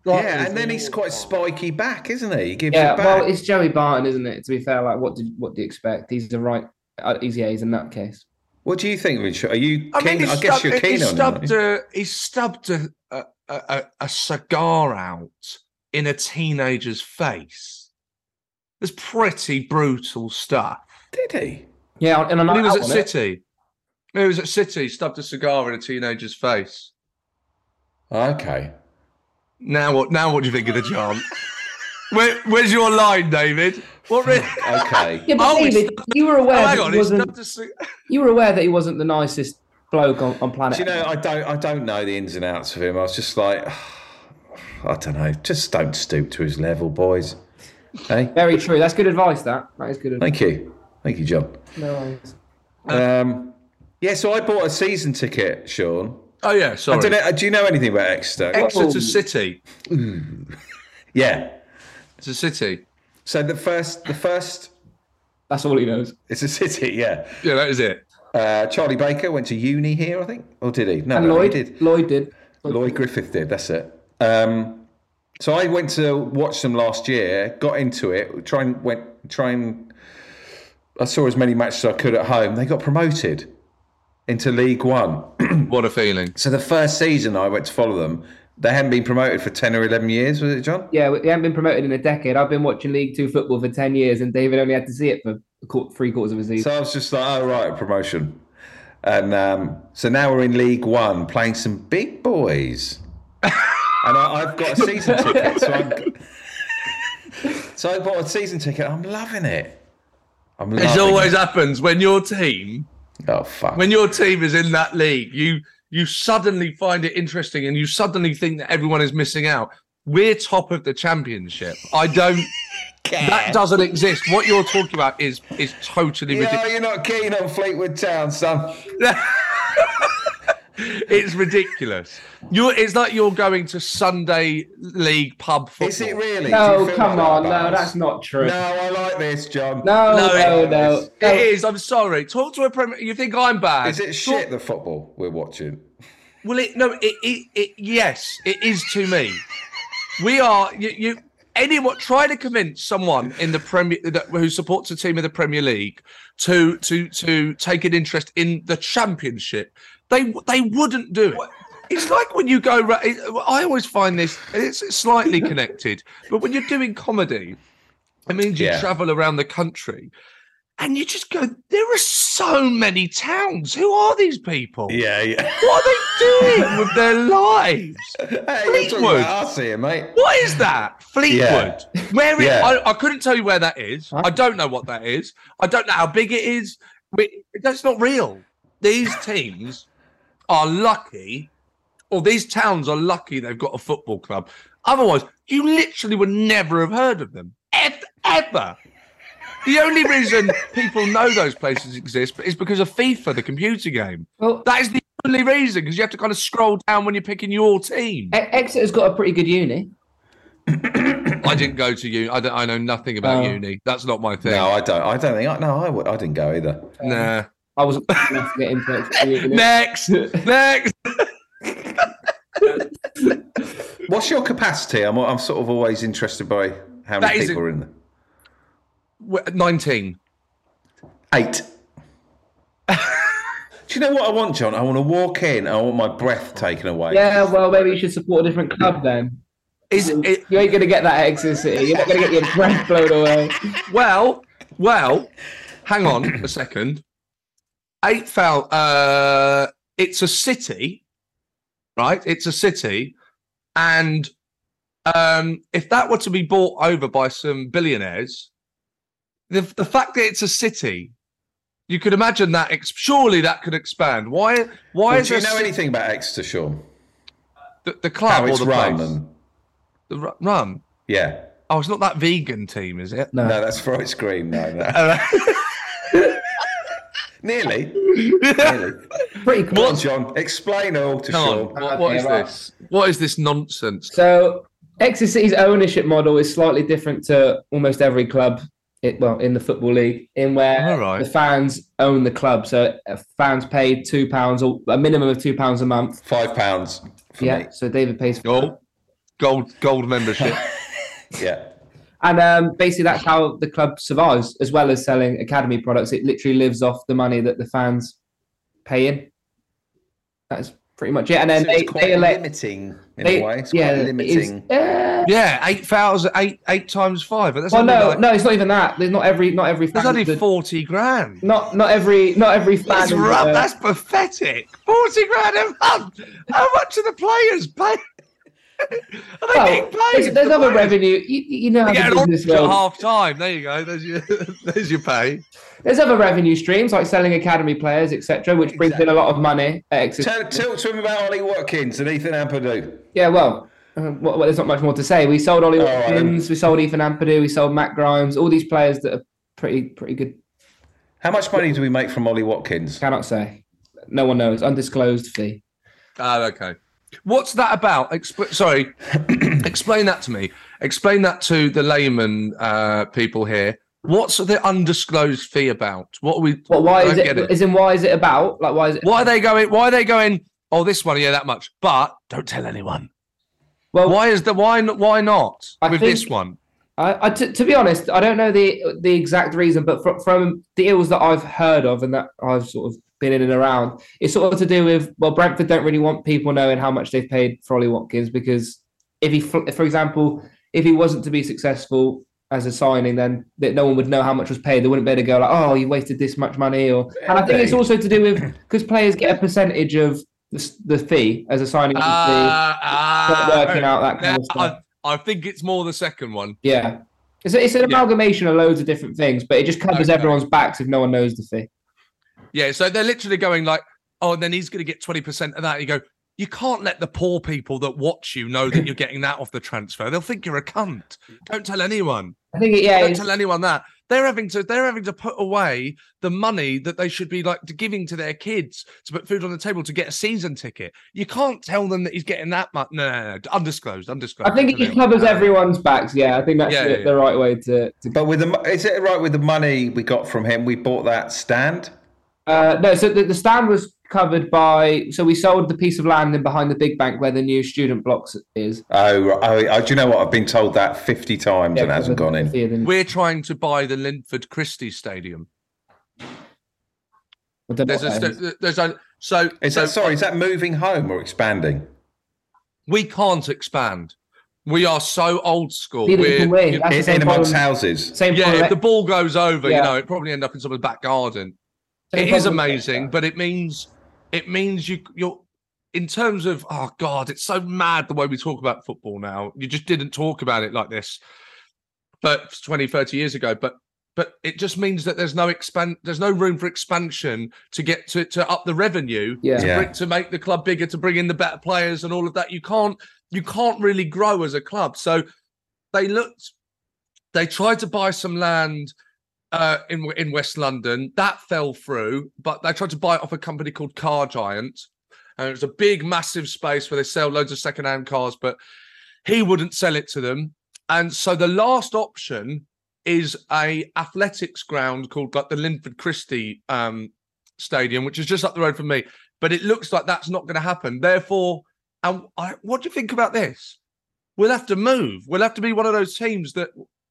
[SPEAKER 3] Yeah, and then he's quite spiky back, isn't he? He gives
[SPEAKER 5] Oh. Yeah.
[SPEAKER 3] it back.
[SPEAKER 5] Well, it's Joey Barton, isn't it? To be fair, like what did what do you expect? He's the right. Uh, he's yeah, he's a nutcase.
[SPEAKER 3] what do you think, Richard? Are you keen?
[SPEAKER 4] I
[SPEAKER 3] I,
[SPEAKER 4] mean, he
[SPEAKER 3] guess
[SPEAKER 4] stubbed,
[SPEAKER 3] you're
[SPEAKER 4] he
[SPEAKER 3] keen on him, aren't
[SPEAKER 4] stubbed
[SPEAKER 3] you?
[SPEAKER 4] a he stubbed a, a, a, a cigar out in a teenager's face. It's pretty brutal stuff.
[SPEAKER 3] Did he?
[SPEAKER 5] Yeah, and I'm
[SPEAKER 4] When he was
[SPEAKER 5] out
[SPEAKER 4] at
[SPEAKER 5] on it.
[SPEAKER 4] City, he was at City, stubbed a cigar in a teenager's face.
[SPEAKER 3] Okay.
[SPEAKER 4] Now what? Now what do you think of the chant? Where, where's your line, David? What? Re- (laughs)
[SPEAKER 3] Okay.
[SPEAKER 5] Yeah, but
[SPEAKER 4] Oh, he
[SPEAKER 5] David, you were aware
[SPEAKER 4] Oh, hang
[SPEAKER 5] that
[SPEAKER 4] on,
[SPEAKER 5] he
[SPEAKER 4] he
[SPEAKER 5] wasn't.
[SPEAKER 4] stubbed a cig-
[SPEAKER 5] You were aware that he wasn't the nicest bloke on, on planet.
[SPEAKER 3] Do you know? I don't. I don't know the ins and outs of him. I was just like, (sighs) I don't know. Just don't stoop to his level, boys. Hey,
[SPEAKER 5] Very true. That's good advice. That that is good advice.
[SPEAKER 3] thank you, thank you, John.
[SPEAKER 5] No worries.
[SPEAKER 4] Uh,
[SPEAKER 3] Um, yeah. So I bought a season ticket, Sean,
[SPEAKER 4] Oh yeah, sorry.
[SPEAKER 3] I don't know, do you know anything about Exeter?
[SPEAKER 4] Exeter City.
[SPEAKER 3] Yeah.
[SPEAKER 4] It's a city.
[SPEAKER 3] So the first, the first,
[SPEAKER 5] That's all he knows.
[SPEAKER 3] it's a (laughs) city. Yeah.
[SPEAKER 4] Yeah, that is it.
[SPEAKER 3] Uh, Charlie Baker went to uni here, I think, or did he? No,
[SPEAKER 5] And
[SPEAKER 3] no,
[SPEAKER 5] Lloyd
[SPEAKER 3] he did.
[SPEAKER 5] Lloyd did.
[SPEAKER 3] Lloyd Griffith did. That's it. Um, so I went to watch them last year. Got into it. Try and went. Try and I saw as many matches as I could at home. They got promoted into League One. (clears throat)
[SPEAKER 4] What a feeling.
[SPEAKER 3] So the first season I went to follow them. They hadn't been promoted for ten or eleven years, was it, John?
[SPEAKER 5] Yeah, we we haven't been promoted in a decade. I've been watching League Two football for ten years, and David only had to see it for a quar- three quarters of a season.
[SPEAKER 3] So I was just like, oh right, promotion. And um, so now we're in League One playing some big boys. and I, I've got a season ticket, so I'm so I bought a season ticket. I'm loving it. I'm loving
[SPEAKER 4] It always
[SPEAKER 3] it.
[SPEAKER 4] happens when your team
[SPEAKER 3] oh fuck.
[SPEAKER 4] when your team is in that league, you you suddenly find it interesting and you suddenly think that everyone is missing out. We're top of the championship.
[SPEAKER 3] (laughs)
[SPEAKER 4] I don't that doesn't exist. What you're talking about is is totally
[SPEAKER 3] yeah,
[SPEAKER 4] ridiculous.
[SPEAKER 3] you're not keen on Fleetwood Town, son.
[SPEAKER 4] It's ridiculous. You it's like you're going to Sunday league pub football.
[SPEAKER 3] Is it really? Do you
[SPEAKER 5] no,
[SPEAKER 3] feel
[SPEAKER 5] come
[SPEAKER 3] like
[SPEAKER 5] on,
[SPEAKER 3] that,
[SPEAKER 5] no,
[SPEAKER 3] Barnes?
[SPEAKER 5] that's not true.
[SPEAKER 3] No, I like this, John.
[SPEAKER 5] no,
[SPEAKER 4] No,
[SPEAKER 5] no,
[SPEAKER 4] it
[SPEAKER 5] no.
[SPEAKER 3] is.
[SPEAKER 5] no.
[SPEAKER 4] It is. I'm sorry. Talk to a premier. You think I'm bad?
[SPEAKER 3] Is it shit the football we're watching?
[SPEAKER 4] Well, it no, it, it, it yes, it is to me. We are you, you. Anyone try to convince someone in the Premier that, who supports a team in the Premier League to to to take an interest in the Championship? They they wouldn't do it. It's like when you go. ra- it- I always find this. It's slightly connected, but when you're doing comedy, it means you
[SPEAKER 3] Yeah.
[SPEAKER 4] travel around the country, and you just go. There are so many towns. Who are these people?
[SPEAKER 3] Yeah, yeah.
[SPEAKER 4] What are they doing (laughs) with their lives?
[SPEAKER 3] Hey, you're talking
[SPEAKER 4] Fleetwood.
[SPEAKER 3] about us here, mate.
[SPEAKER 4] What is that? Fleetwood. Where is
[SPEAKER 3] Yeah.
[SPEAKER 4] I, I couldn't tell you where that is. I don't know what that is. I don't know how big it is. We, that's not real. (laughs) These teams are lucky, or these towns are lucky they've got a football club. Otherwise, you literally would never have heard of them. Ev- Ever. The only (laughs) reason people know those places exist is because of FIFA, the computer game.
[SPEAKER 5] Well,
[SPEAKER 4] That is the only reason because you have to kind of scroll down when you're picking your team.
[SPEAKER 5] E- Exeter's got a pretty good uni.
[SPEAKER 4] I didn't go to uni. I, don't, I know nothing about
[SPEAKER 5] Oh.
[SPEAKER 4] uni. That's not my thing.
[SPEAKER 3] No, I don't. I don't think. I, no, I would. I didn't go either.
[SPEAKER 4] nah.
[SPEAKER 5] I
[SPEAKER 3] (laughs)
[SPEAKER 5] wasn't good enough to get into Exeter's uni.
[SPEAKER 4] Next, next.
[SPEAKER 3] What's your capacity? I'm. I'm sort of always interested by how
[SPEAKER 4] That
[SPEAKER 3] many
[SPEAKER 4] is
[SPEAKER 3] people
[SPEAKER 4] a-
[SPEAKER 3] are in there.
[SPEAKER 4] W- Nineteen. (laughs)
[SPEAKER 3] Eight. Do you know what I want, John? I want to walk in. I want my breath taken away.
[SPEAKER 5] Yeah, well, maybe you should support a different club then.
[SPEAKER 4] Is it?
[SPEAKER 5] You ain't gonna get that at Exeter City. You're not gonna get your breath blown away.
[SPEAKER 4] Well, well. Hang on a second. Eight foul. Uh, it's a city, right? It's a city, and um, if that were to be bought over by some billionaires, the the fact that it's a city. You could imagine that. Ex- surely that could expand. Why? Why
[SPEAKER 3] Well,
[SPEAKER 4] is
[SPEAKER 3] do you
[SPEAKER 4] there
[SPEAKER 3] know
[SPEAKER 4] ci-
[SPEAKER 3] anything about Exeter, Sean?
[SPEAKER 4] The,
[SPEAKER 3] How
[SPEAKER 4] the club or
[SPEAKER 3] it's
[SPEAKER 4] the
[SPEAKER 3] run?
[SPEAKER 4] place?
[SPEAKER 3] And,
[SPEAKER 4] The ru- run.
[SPEAKER 3] yeah.
[SPEAKER 4] Oh, it's not that vegan team, is (laughs) it?
[SPEAKER 3] No, that's Freud's Green. No,
[SPEAKER 4] (laughs)
[SPEAKER 3] no.
[SPEAKER 4] Uh,
[SPEAKER 3] Nearly. Nearly.
[SPEAKER 5] Pretty
[SPEAKER 3] Come
[SPEAKER 5] cool.
[SPEAKER 3] on, John. Explain all to
[SPEAKER 4] Come
[SPEAKER 3] Sean.
[SPEAKER 4] on. What, what is
[SPEAKER 5] Okay, right.
[SPEAKER 4] this? What is this nonsense?
[SPEAKER 5] So Exeter City's ownership model is slightly different to almost every club, it, well, in the football league, in where
[SPEAKER 4] All right.
[SPEAKER 5] the fans own the club. So uh, fans pay two pounds or a minimum of two pounds a month.
[SPEAKER 3] Five pounds for
[SPEAKER 5] yeah.
[SPEAKER 3] me.
[SPEAKER 5] So David pays for
[SPEAKER 4] Gold, gold, gold membership.
[SPEAKER 3] Yeah.
[SPEAKER 5] and um, basically that's how the club survives, as well as selling academy products. It literally lives off the money that the fans pay in. That's pretty much it. And then
[SPEAKER 3] So
[SPEAKER 5] they,
[SPEAKER 3] it's quite
[SPEAKER 5] they elect.
[SPEAKER 3] limiting in
[SPEAKER 5] They,
[SPEAKER 3] a way. It's
[SPEAKER 5] yeah,
[SPEAKER 3] quite
[SPEAKER 5] it is-
[SPEAKER 3] limiting.
[SPEAKER 5] uh,
[SPEAKER 4] (laughs) yeah, eight thousand, eight, eight times five. That's
[SPEAKER 5] well,
[SPEAKER 4] only
[SPEAKER 5] no,
[SPEAKER 4] like-
[SPEAKER 5] no, it's not even that. There's not every, not every.
[SPEAKER 4] That's
[SPEAKER 5] fan
[SPEAKER 4] only
[SPEAKER 5] that-
[SPEAKER 4] forty grand.
[SPEAKER 5] Not not every not every fan.
[SPEAKER 4] That's
[SPEAKER 5] is,
[SPEAKER 4] rough.
[SPEAKER 5] uh,
[SPEAKER 4] That's pathetic. Forty grand a month. How much are the players paying? (laughs) are they
[SPEAKER 5] well,
[SPEAKER 4] getting paid?
[SPEAKER 5] there's, there's
[SPEAKER 4] The
[SPEAKER 5] other
[SPEAKER 4] players-
[SPEAKER 5] revenue. You, you know how
[SPEAKER 4] They get
[SPEAKER 5] the
[SPEAKER 4] an
[SPEAKER 5] business
[SPEAKER 4] orange at
[SPEAKER 5] world.
[SPEAKER 4] half time. There you go. There's your, (laughs) there's your pay.
[SPEAKER 5] There's other revenue streams like selling academy players, etc., which brings in a lot of money. At Exeter.
[SPEAKER 3] Tell, talk to him about Ollie Watkins and Ethan Ampadu.
[SPEAKER 5] Yeah, well, uh, well, well, there's not much more to say. We sold Ollie
[SPEAKER 3] right.
[SPEAKER 5] Watkins, we sold Ethan Ampadu, we sold Matt Grimes, all these players that are pretty pretty good.
[SPEAKER 3] How much money do we make from Ollie Watkins?
[SPEAKER 5] Cannot say. No one knows. Undisclosed fee.
[SPEAKER 4] Oh, okay. What's that about? Expl-
[SPEAKER 5] (coughs)
[SPEAKER 4] sorry, explain that to me. Explain that to the layman uh, people here. What's the undisclosed fee about? What are we?
[SPEAKER 5] What? Why
[SPEAKER 4] I
[SPEAKER 5] is
[SPEAKER 4] don't get
[SPEAKER 5] it? Is in why is it about? Like why is it?
[SPEAKER 4] why are they going? Why are they going? Oh, this one, yeah, that much. But don't tell anyone.
[SPEAKER 5] Well,
[SPEAKER 4] Why is the why? n- Why not
[SPEAKER 5] Oh. I
[SPEAKER 4] with
[SPEAKER 5] think-
[SPEAKER 4] this one?
[SPEAKER 5] I, I, t- to be honest, I don't know the the exact reason, but fr- from deals that I've heard of and that I've sort of been in and around, it's sort of to do with well, Brentford don't really want people knowing how much they've paid for Ollie Watkins because if he, fl- for example, if he wasn't to be successful as a signing, then that no one would know how much was paid. They wouldn't be able to go like, oh, you wasted this much money, or and I think it's also to do with because players get a percentage of the, s- the fee as a signing fee.
[SPEAKER 4] Ah,
[SPEAKER 5] not working out that kind of
[SPEAKER 4] now
[SPEAKER 5] stuff.
[SPEAKER 4] I, I think it's more the second one.
[SPEAKER 5] Yeah. It's, a, it's an amalgamation of loads of different things, but it just covers
[SPEAKER 4] Okay.
[SPEAKER 5] everyone's backs if no one knows the fee.
[SPEAKER 4] Yeah, so they're literally going like, oh, and then he's going to get 20% of that. You go, you can't let the poor people that watch you know that you're getting that off the transfer. They'll think you're a cunt. Don't tell anyone.
[SPEAKER 5] I think, it, yeah,
[SPEAKER 4] Don't
[SPEAKER 5] it's,
[SPEAKER 4] tell anyone that. They're having to they're having to put away the money that they should be like giving to their kids to put food on the table to get a season ticket. You can't tell them that he's getting that much. No, no, no, undisclosed, undisclosed.
[SPEAKER 5] I think it just
[SPEAKER 4] Brilliant.
[SPEAKER 5] covers
[SPEAKER 4] Uh,
[SPEAKER 5] everyone's backs. Yeah, I think that's
[SPEAKER 4] Yeah,
[SPEAKER 5] the,
[SPEAKER 4] yeah,
[SPEAKER 5] the right way to, to go.
[SPEAKER 3] But with the mo- is it right with the money we got from him? We bought that stand.
[SPEAKER 5] Uh, no, so the, the stand was covered by. So we sold the piece of land in behind the big bank where the new student blocks is.
[SPEAKER 3] Oh, right. oh, oh, do you know what? I've been told that fifty times and it hasn't gone in.
[SPEAKER 4] We're trying to buy the Linford Christie Stadium. There's a st- there's a so
[SPEAKER 3] Is
[SPEAKER 4] so,
[SPEAKER 3] that sorry? Is that moving home or expanding?
[SPEAKER 4] we can't expand. We are so old school.
[SPEAKER 5] Neither
[SPEAKER 4] We're-
[SPEAKER 5] can we.
[SPEAKER 4] you-
[SPEAKER 5] That's the
[SPEAKER 3] In,
[SPEAKER 5] same
[SPEAKER 3] in amongst
[SPEAKER 5] problem.
[SPEAKER 3] houses.
[SPEAKER 5] Same
[SPEAKER 4] yeah, if
[SPEAKER 5] problem-
[SPEAKER 4] the ball goes over,
[SPEAKER 5] Yeah.
[SPEAKER 4] you know, it probably end up in someone's back garden.
[SPEAKER 5] same
[SPEAKER 4] it is
[SPEAKER 5] problem-
[SPEAKER 4] amazing, but it means it means you you're in terms of oh god, it's so mad the way we talk about football now. You just didn't talk about it like this, but 20, 30 years ago. But but it just means that there's no expand, there's no room for expansion to get to to up the revenue
[SPEAKER 5] Yeah.
[SPEAKER 4] to,
[SPEAKER 3] Yeah.
[SPEAKER 4] bring, to make the club bigger, to bring in the better players and all of that. You can't you can't really grow as a club. So they looked, they tried to buy some land uh, in in West London. That fell through, but they tried to buy it off a company called Car Giant, and it was a big, massive space where they sell loads of secondhand cars. But he wouldn't sell it to them, and so the last option is a athletics ground called like the Linford Christie um, Stadium, which is just up the road from me. But it looks like that's not going to happen. Therefore, and I, what do you think about this? We'll have to move. We'll have to be one of those teams that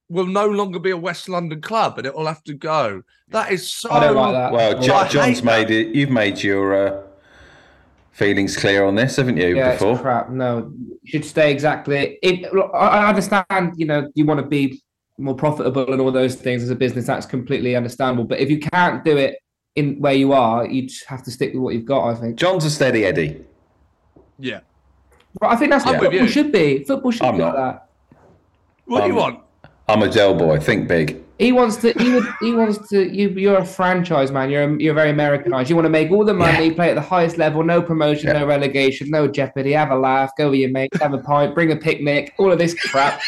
[SPEAKER 4] will no longer be a West London club, and it will have to go. That is so.
[SPEAKER 5] I don't like that.
[SPEAKER 3] Well,
[SPEAKER 4] I
[SPEAKER 3] jo-
[SPEAKER 4] hate
[SPEAKER 3] John's
[SPEAKER 4] that.
[SPEAKER 3] made it. You've made your uh, feelings clear on this, haven't you?
[SPEAKER 5] yeah,
[SPEAKER 3] before
[SPEAKER 5] It's crap. No, you should stay exactly. It, look, I I understand, you know, you want to be more profitable and all those things as a business. That's completely understandable. But if you can't do it in where you are, you just have to stick with what you've got. I think.
[SPEAKER 3] John's a steady Eddie.
[SPEAKER 4] Yeah.
[SPEAKER 5] But I think that's
[SPEAKER 4] I'm
[SPEAKER 5] what
[SPEAKER 4] with
[SPEAKER 5] football
[SPEAKER 4] you.
[SPEAKER 5] should be. Football should
[SPEAKER 3] I'm
[SPEAKER 5] be
[SPEAKER 3] not.
[SPEAKER 5] like that.
[SPEAKER 4] What do you
[SPEAKER 3] Um,
[SPEAKER 4] want?
[SPEAKER 3] I'm a Dell boy. Think big.
[SPEAKER 5] He wants to. He would. He wants to. You. You're a franchise man. You're. A, you're very Americanized. You want to make all the money, play at the highest level, no promotion, no relegation, no jeopardy. Have a laugh, go with your mates, have a pint, bring a picnic, all of this crap.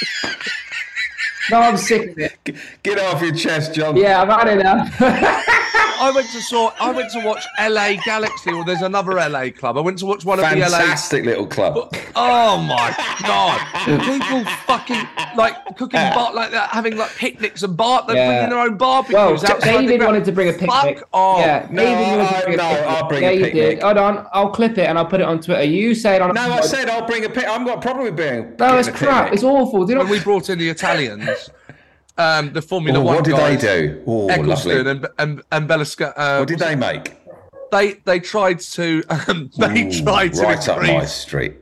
[SPEAKER 5] no, I'm sick of it.
[SPEAKER 3] Get off your chest, John.
[SPEAKER 5] Yeah, I've had enough.
[SPEAKER 4] I went to saw. I went to watch LA Galaxy. Well, there's another LA club. I went to watch one of the LA
[SPEAKER 3] Fantastic little club.
[SPEAKER 4] Oh my god! People fucking like cooking bar like that, having like picnics and bar. They're
[SPEAKER 5] Yeah.
[SPEAKER 4] bringing their own barbecues
[SPEAKER 5] well, (laughs)
[SPEAKER 4] outside. the
[SPEAKER 5] David
[SPEAKER 4] ground.
[SPEAKER 5] wanted to bring a picnic.
[SPEAKER 4] Fuck off!
[SPEAKER 5] Yeah,
[SPEAKER 3] No,
[SPEAKER 5] David wanted to
[SPEAKER 3] I-
[SPEAKER 5] bring a
[SPEAKER 3] no,
[SPEAKER 5] picnic.
[SPEAKER 3] I'll bring
[SPEAKER 5] yeah,
[SPEAKER 3] a
[SPEAKER 5] you
[SPEAKER 3] picnic.
[SPEAKER 5] did. Hold on, I'll clip it and I'll put it on Twitter. You said on.
[SPEAKER 3] No, I said I'll bring a pic. I've got a problem with being.
[SPEAKER 5] No, it's crap. It's awful. Do you know?
[SPEAKER 4] When we brought in the Italians, um, the Formula
[SPEAKER 3] Oh,
[SPEAKER 4] One
[SPEAKER 3] what did
[SPEAKER 4] guys,
[SPEAKER 3] they do? Oh,
[SPEAKER 4] Eccleston
[SPEAKER 3] lovely.
[SPEAKER 4] and and, and Belasca, uh,
[SPEAKER 3] What did they make?
[SPEAKER 4] they they tried to um, (laughs) they
[SPEAKER 3] Ooh,
[SPEAKER 4] tried to
[SPEAKER 3] right up my
[SPEAKER 4] increase
[SPEAKER 3] street.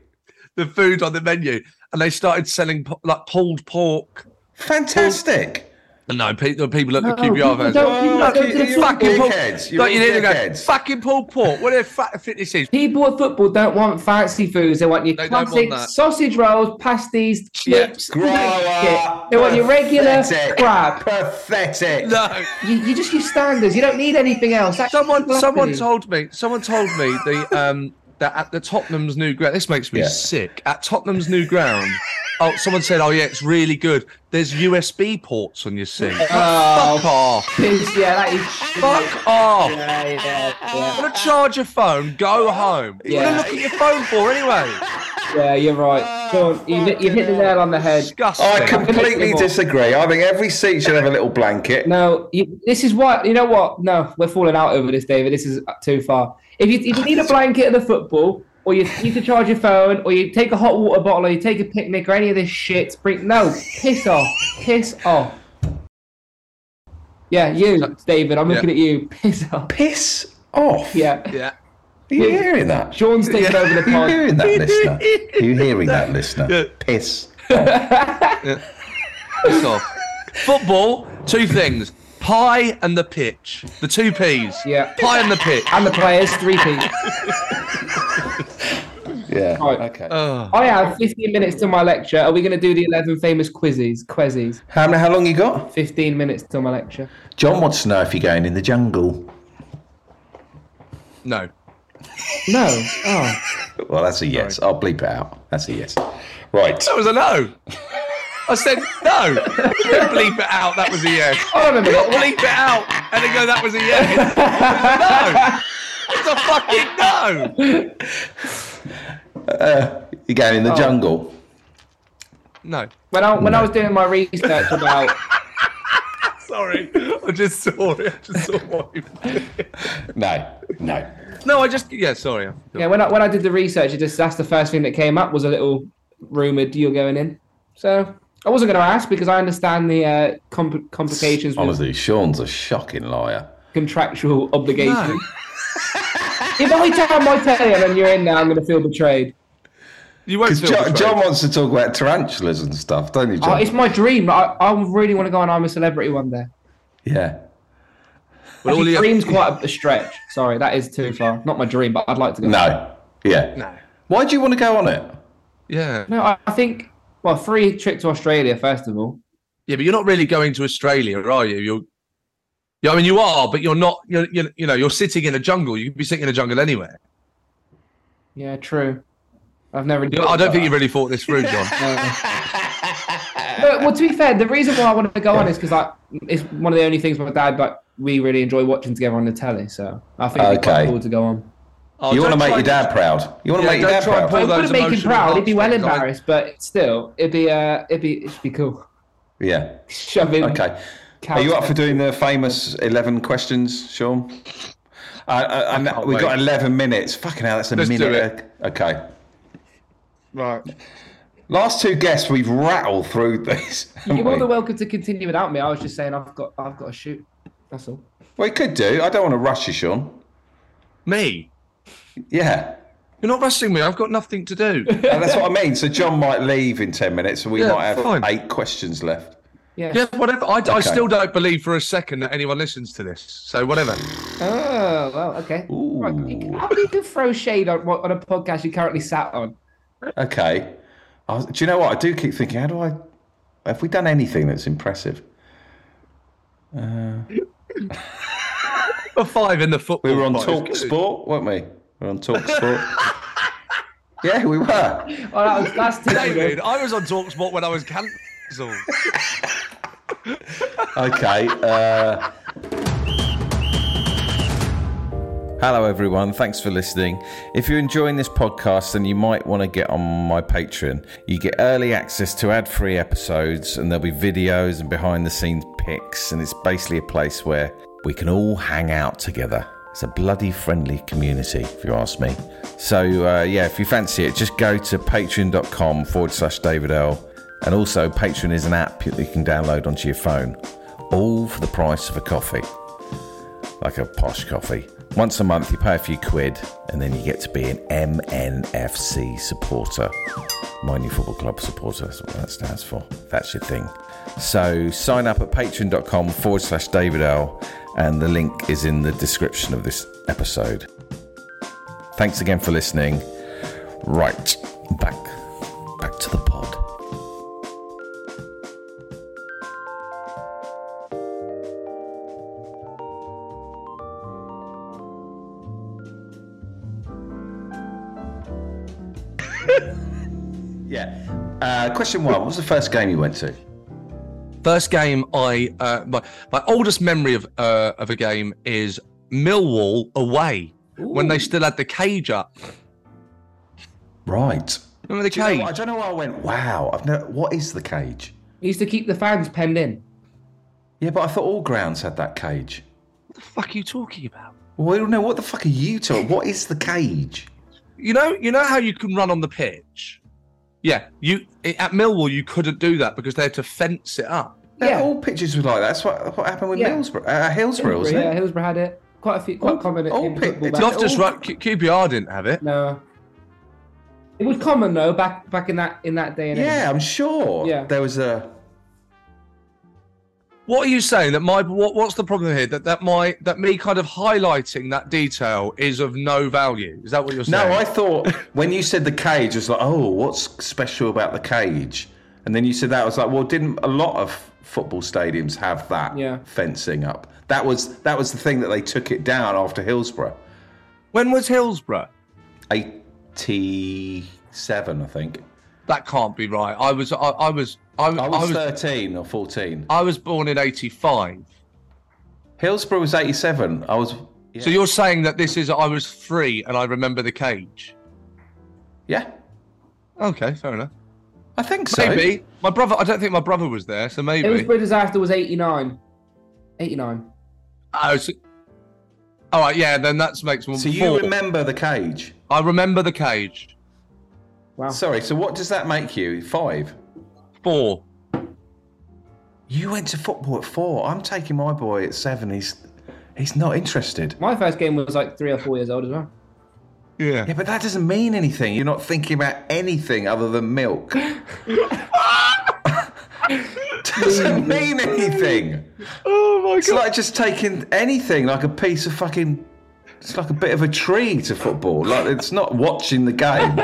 [SPEAKER 4] the food on the menu, and they started selling po- like pulled pork.
[SPEAKER 3] Fantastic.
[SPEAKER 4] No, pe- the people at the
[SPEAKER 5] No, people
[SPEAKER 4] QBR fans.
[SPEAKER 5] don't-
[SPEAKER 4] "Oh,
[SPEAKER 5] people
[SPEAKER 4] look,
[SPEAKER 5] don't do
[SPEAKER 4] you-
[SPEAKER 5] the
[SPEAKER 4] you fucking
[SPEAKER 3] football.
[SPEAKER 4] pulled-
[SPEAKER 3] Dickheads, you're
[SPEAKER 4] Don't you need to go?
[SPEAKER 3] dickheads.
[SPEAKER 4] Fucking pulled pork. What a fat fitness is.
[SPEAKER 5] People at football don't want fancy foods. They want your
[SPEAKER 4] They don't want
[SPEAKER 5] classic
[SPEAKER 4] that.
[SPEAKER 5] sausage rolls, pasties,
[SPEAKER 4] Yeah.
[SPEAKER 5] chips.
[SPEAKER 3] Grow up.
[SPEAKER 5] They want your regular
[SPEAKER 3] Pathetic.
[SPEAKER 5] crap.
[SPEAKER 3] Pathetic.
[SPEAKER 4] No.
[SPEAKER 5] You, you just use standards. You don't need anything else. That's
[SPEAKER 4] Someone,
[SPEAKER 5] fluffy.
[SPEAKER 4] someone told me. Someone told me the um that at the Tottenham's new ground. This makes me
[SPEAKER 3] Yeah.
[SPEAKER 4] sick. At Tottenham's new ground, Oh, someone said, "Oh yeah, it's really good." There's USB ports on your sink.
[SPEAKER 5] Oh.
[SPEAKER 4] Fuck off!
[SPEAKER 5] yeah, that is.
[SPEAKER 4] Fuck off!
[SPEAKER 5] Yeah, yeah,
[SPEAKER 4] You
[SPEAKER 5] yeah,
[SPEAKER 4] want to charge your phone? Go home. You
[SPEAKER 5] Yeah.
[SPEAKER 4] want to look at your phone for anyway?
[SPEAKER 5] yeah, you're right. Sean, you, hit- you hit the nail on the head.
[SPEAKER 4] Disgusting.
[SPEAKER 3] I completely
[SPEAKER 5] Unbelievable.
[SPEAKER 3] disagree. I think every seat should have a little blanket.
[SPEAKER 5] No, you, this is what you know. What? No, we're falling out over this, David. This is too far. If you, if you need a blanket at the football, or you need to charge your phone, or you take a hot water bottle, or you take a picnic, or any of this shit, bring no piss off, piss off. Yeah, you, David. I'm looking
[SPEAKER 4] Yeah.
[SPEAKER 5] at you. Piss off.
[SPEAKER 3] Piss off.
[SPEAKER 5] Yeah.
[SPEAKER 4] Yeah.
[SPEAKER 3] Are you hearing that?
[SPEAKER 5] Sean's taking over the
[SPEAKER 3] Are (laughs) you
[SPEAKER 5] pod.
[SPEAKER 3] hearing that, listener? Are you hearing
[SPEAKER 5] (laughs)
[SPEAKER 3] that, listener? Piss.
[SPEAKER 4] Piss off. Football. Two things: pie and the pitch. The two P's.
[SPEAKER 5] Yeah.
[SPEAKER 4] Pie and the pitch.
[SPEAKER 5] And the players, three feet.
[SPEAKER 3] Yeah.
[SPEAKER 5] Right.
[SPEAKER 3] Okay.
[SPEAKER 4] Ugh.
[SPEAKER 5] I have 15 minutes to my lecture. Are we going to do the 11 famous quizzes? Quizzes.
[SPEAKER 3] how, how long you got?
[SPEAKER 5] 15 minutes till my lecture.
[SPEAKER 3] John wants to know if you're going in the jungle.
[SPEAKER 4] no.
[SPEAKER 5] No. Oh.
[SPEAKER 3] Well, that's a yes. I'll bleep it out. That's a yes. Right.
[SPEAKER 4] That was a no. I said no. Don't bleep it out. That was a yes.
[SPEAKER 5] Hold on a minute.
[SPEAKER 3] (laughs)
[SPEAKER 4] bleep it out and then go, that was a yes. no. It's a fucking
[SPEAKER 3] You're going in the jungle.
[SPEAKER 4] no. No.
[SPEAKER 5] when I when I was doing my research about
[SPEAKER 4] Sorry. I just saw it. I just saw what you
[SPEAKER 3] No. No.
[SPEAKER 4] No, I just, yeah, sorry.
[SPEAKER 5] yeah when I when I did the research, it just that's the first thing that came up was a little rumored you're going in. So I wasn't going to ask because I understand the uh, compl- complications with
[SPEAKER 3] Honestly, Sean's a shocking liar.
[SPEAKER 5] contractual obligation.
[SPEAKER 3] (laughs)
[SPEAKER 5] If I turn my telly on and you're in now, I'm going to feel betrayed.
[SPEAKER 4] You won't
[SPEAKER 3] Because
[SPEAKER 4] feel
[SPEAKER 3] John,
[SPEAKER 4] betrayed.
[SPEAKER 3] John wants to talk about tarantulas and stuff, don't you,
[SPEAKER 5] Oh,
[SPEAKER 3] John?
[SPEAKER 5] it's my dream. I, I really want to go and I'm a celebrity one day.
[SPEAKER 3] yeah.
[SPEAKER 4] But all
[SPEAKER 5] Actually,
[SPEAKER 4] you have-
[SPEAKER 5] dream's quite a, a stretch. Sorry, that is too far. Not my dream, but I'd like to go.
[SPEAKER 3] No. Yeah.
[SPEAKER 4] No.
[SPEAKER 3] Why do you want to go on it?
[SPEAKER 4] Yeah.
[SPEAKER 5] No, I, I think well, free trip to Australia first of all.
[SPEAKER 4] Yeah, but you're not really going to Australia, are you? You're, yeah, I mean, you are, but you're not, you're, you're, you know, you're sitting in a jungle. You could be sitting in a jungle anywhere.
[SPEAKER 5] Yeah, true. I've never.
[SPEAKER 4] You know, I don't think you really thought this through, John.
[SPEAKER 5] But, well, to be fair, the reason why I want to go on is because I it's one of the only things my dad like we really enjoy watching together on the telly. So I think it'd be quite
[SPEAKER 3] Okay.
[SPEAKER 5] cool to go on.
[SPEAKER 4] Oh,
[SPEAKER 3] (laughs) you want to
[SPEAKER 4] don't
[SPEAKER 3] make
[SPEAKER 4] try
[SPEAKER 3] your dad proud. You want to
[SPEAKER 4] Yeah,
[SPEAKER 3] make your
[SPEAKER 4] don't
[SPEAKER 3] dad
[SPEAKER 4] try
[SPEAKER 3] proud.
[SPEAKER 4] and pull
[SPEAKER 5] I
[SPEAKER 4] those
[SPEAKER 5] wouldn't make him
[SPEAKER 4] emotional
[SPEAKER 5] proud. He'd be well
[SPEAKER 4] heartstrings, I-
[SPEAKER 5] embarrassed, but still, it'd be uh, it'd be it'd be cool. (laughs)
[SPEAKER 3] Yeah.
[SPEAKER 5] Shoving.
[SPEAKER 3] Okay. Are you up for doing the famous 11 questions, Sean? Uh, uh, and
[SPEAKER 4] can't
[SPEAKER 3] we've got
[SPEAKER 4] wait.
[SPEAKER 3] 11 minutes. Fucking hell, that's a
[SPEAKER 4] Let's do
[SPEAKER 3] minute. Okay.
[SPEAKER 4] Right.
[SPEAKER 3] Last two guests, we've rattled through these.
[SPEAKER 5] You're
[SPEAKER 3] haven't
[SPEAKER 5] more
[SPEAKER 3] we?
[SPEAKER 5] than welcome to continue without me. I was just saying I've got I've got to shoot. That's all.
[SPEAKER 3] We could do. I don't want to rush you, Sean.
[SPEAKER 4] Me?
[SPEAKER 3] Yeah.
[SPEAKER 4] You're not rushing me. I've got nothing to (laughs) do.
[SPEAKER 3] And that's what I mean. So John might leave in 10 minutes and we
[SPEAKER 4] Yeah,
[SPEAKER 3] might have
[SPEAKER 4] fine.
[SPEAKER 3] eight questions left.
[SPEAKER 5] Yeah.
[SPEAKER 4] Yeah, whatever. I, I
[SPEAKER 3] Okay.
[SPEAKER 4] still don't believe for a second that anyone listens to this. So whatever.
[SPEAKER 5] Oh well, okay. Right, you can- How do you can throw shade on what- on a podcast you currently sat on?
[SPEAKER 3] Okay. I was- do you know what? I do keep thinking, how do I. Have we done anything that's impressive?
[SPEAKER 4] A five in the football.
[SPEAKER 3] We were on
[SPEAKER 4] pod.
[SPEAKER 3] Talk Sport, weren't we? We were on Talk Sport. (laughs) yeah, we were.
[SPEAKER 5] Oh, that was, that's
[SPEAKER 4] (laughs) David,
[SPEAKER 5] David.
[SPEAKER 4] I was on Talksport when I was cancelled.
[SPEAKER 3] Okay. Uh... Hello, everyone. Thanks for listening. If you're enjoying this podcast, then you might want to get on my Patreon. You get early access to ad free episodes, and there'll be videos and behind the scenes pics, and it's basically a place where we can all hang out together. It's a bloody friendly community, if you ask me. So, uh, yeah, if you fancy it, just go to patreon.com forward slash David L. And also, Patreon is an app that you can download onto your phone, all for the price of a coffee like a posh coffee. Once a month, you pay a few quid, and then you get to be an MNFC supporter. Mind you, Football Club supporter, that's what that stands for. That's your thing. So sign up at patreon.com forward slash David L, and the link is in the description of this episode. Thanks again for listening. Right, back, back to the pod. Yeah. Uh, question one: What was the first game you went to?
[SPEAKER 4] First game I uh, my my oldest memory of uh, of a game is Millwall away when they still had the cage up.
[SPEAKER 3] Right.
[SPEAKER 4] Remember the
[SPEAKER 3] Do you know
[SPEAKER 4] cage?
[SPEAKER 3] what? I don't know why I went. Wow. I've never, what is the cage?
[SPEAKER 5] He used to keep the fans penned in.
[SPEAKER 3] Yeah, but I thought all grounds had that cage.
[SPEAKER 4] what the fuck are you talking about?
[SPEAKER 3] Well, no. What the fuck are you talking? What is the cage?
[SPEAKER 4] You know, you know how you can run on the pitch. Yeah, you at Millwall you couldn't do that because they had to fence it up.
[SPEAKER 3] Yeah.
[SPEAKER 5] Yeah.
[SPEAKER 3] All pitches were like that. That's what, what happened with
[SPEAKER 5] Yeah.
[SPEAKER 3] Millsborough, uh, Hillsborough, wasn't
[SPEAKER 5] yeah,
[SPEAKER 3] it?
[SPEAKER 5] Hillsborough had it. Quite a few, quite
[SPEAKER 3] Oh,
[SPEAKER 5] common. in-
[SPEAKER 3] oh,
[SPEAKER 5] in
[SPEAKER 3] pick-
[SPEAKER 5] football
[SPEAKER 3] it's
[SPEAKER 5] back-
[SPEAKER 3] not-
[SPEAKER 4] Loftus
[SPEAKER 3] all-
[SPEAKER 4] Road, Q- QPR didn't have it.
[SPEAKER 5] No, it was common though back back in that in that day and age.
[SPEAKER 3] Yeah, I'm sure.
[SPEAKER 5] Yeah.
[SPEAKER 3] There was a.
[SPEAKER 4] What are you saying that my what, what's the problem here that that my that me kind of highlighting that detail is of no value? Is that what you're
[SPEAKER 3] No,
[SPEAKER 4] saying?
[SPEAKER 3] I thought when you said the cage, I was like, oh, what's special about the cage? And then you said that, I was like, well, didn't a lot of football stadiums have that
[SPEAKER 5] Yeah.
[SPEAKER 3] fencing up? That was that was the thing that they took it down after Hillsborough,
[SPEAKER 4] When was Hillsborough?
[SPEAKER 3] eighty-seven, I think.
[SPEAKER 4] That can't be right. I was I, I was I,
[SPEAKER 3] I was, thirteen or fourteen.
[SPEAKER 4] I was born in '85.
[SPEAKER 3] Hillsborough was eighty-seven. I was,
[SPEAKER 4] So you're saying that this is I was three and I remember the cage.
[SPEAKER 3] yeah,
[SPEAKER 4] Okay, fair enough.
[SPEAKER 3] I think so.
[SPEAKER 4] Maybe my brother. I don't think my brother was there, so maybe.
[SPEAKER 5] Hillsborough disaster was eighty nine. Eighty nine.
[SPEAKER 4] Oh, so- all right, yeah. Then that makes one.
[SPEAKER 3] So
[SPEAKER 4] four.
[SPEAKER 3] you remember the cage?
[SPEAKER 4] I remember the cage.
[SPEAKER 5] Wow.
[SPEAKER 3] Sorry. So what does that make you? Five.
[SPEAKER 4] Four.
[SPEAKER 3] You went to football at four. I'm taking my boy at seven. He's he's not interested.
[SPEAKER 5] My first game was like three or four years old as well.
[SPEAKER 4] Yeah.
[SPEAKER 3] Yeah, but that doesn't mean anything. You're not thinking about anything other than milk. doesn't mean anything.
[SPEAKER 4] Oh my
[SPEAKER 3] It's like just taking anything, like a piece of fucking. It's like a bit of a tree to football. Like it's not watching the game.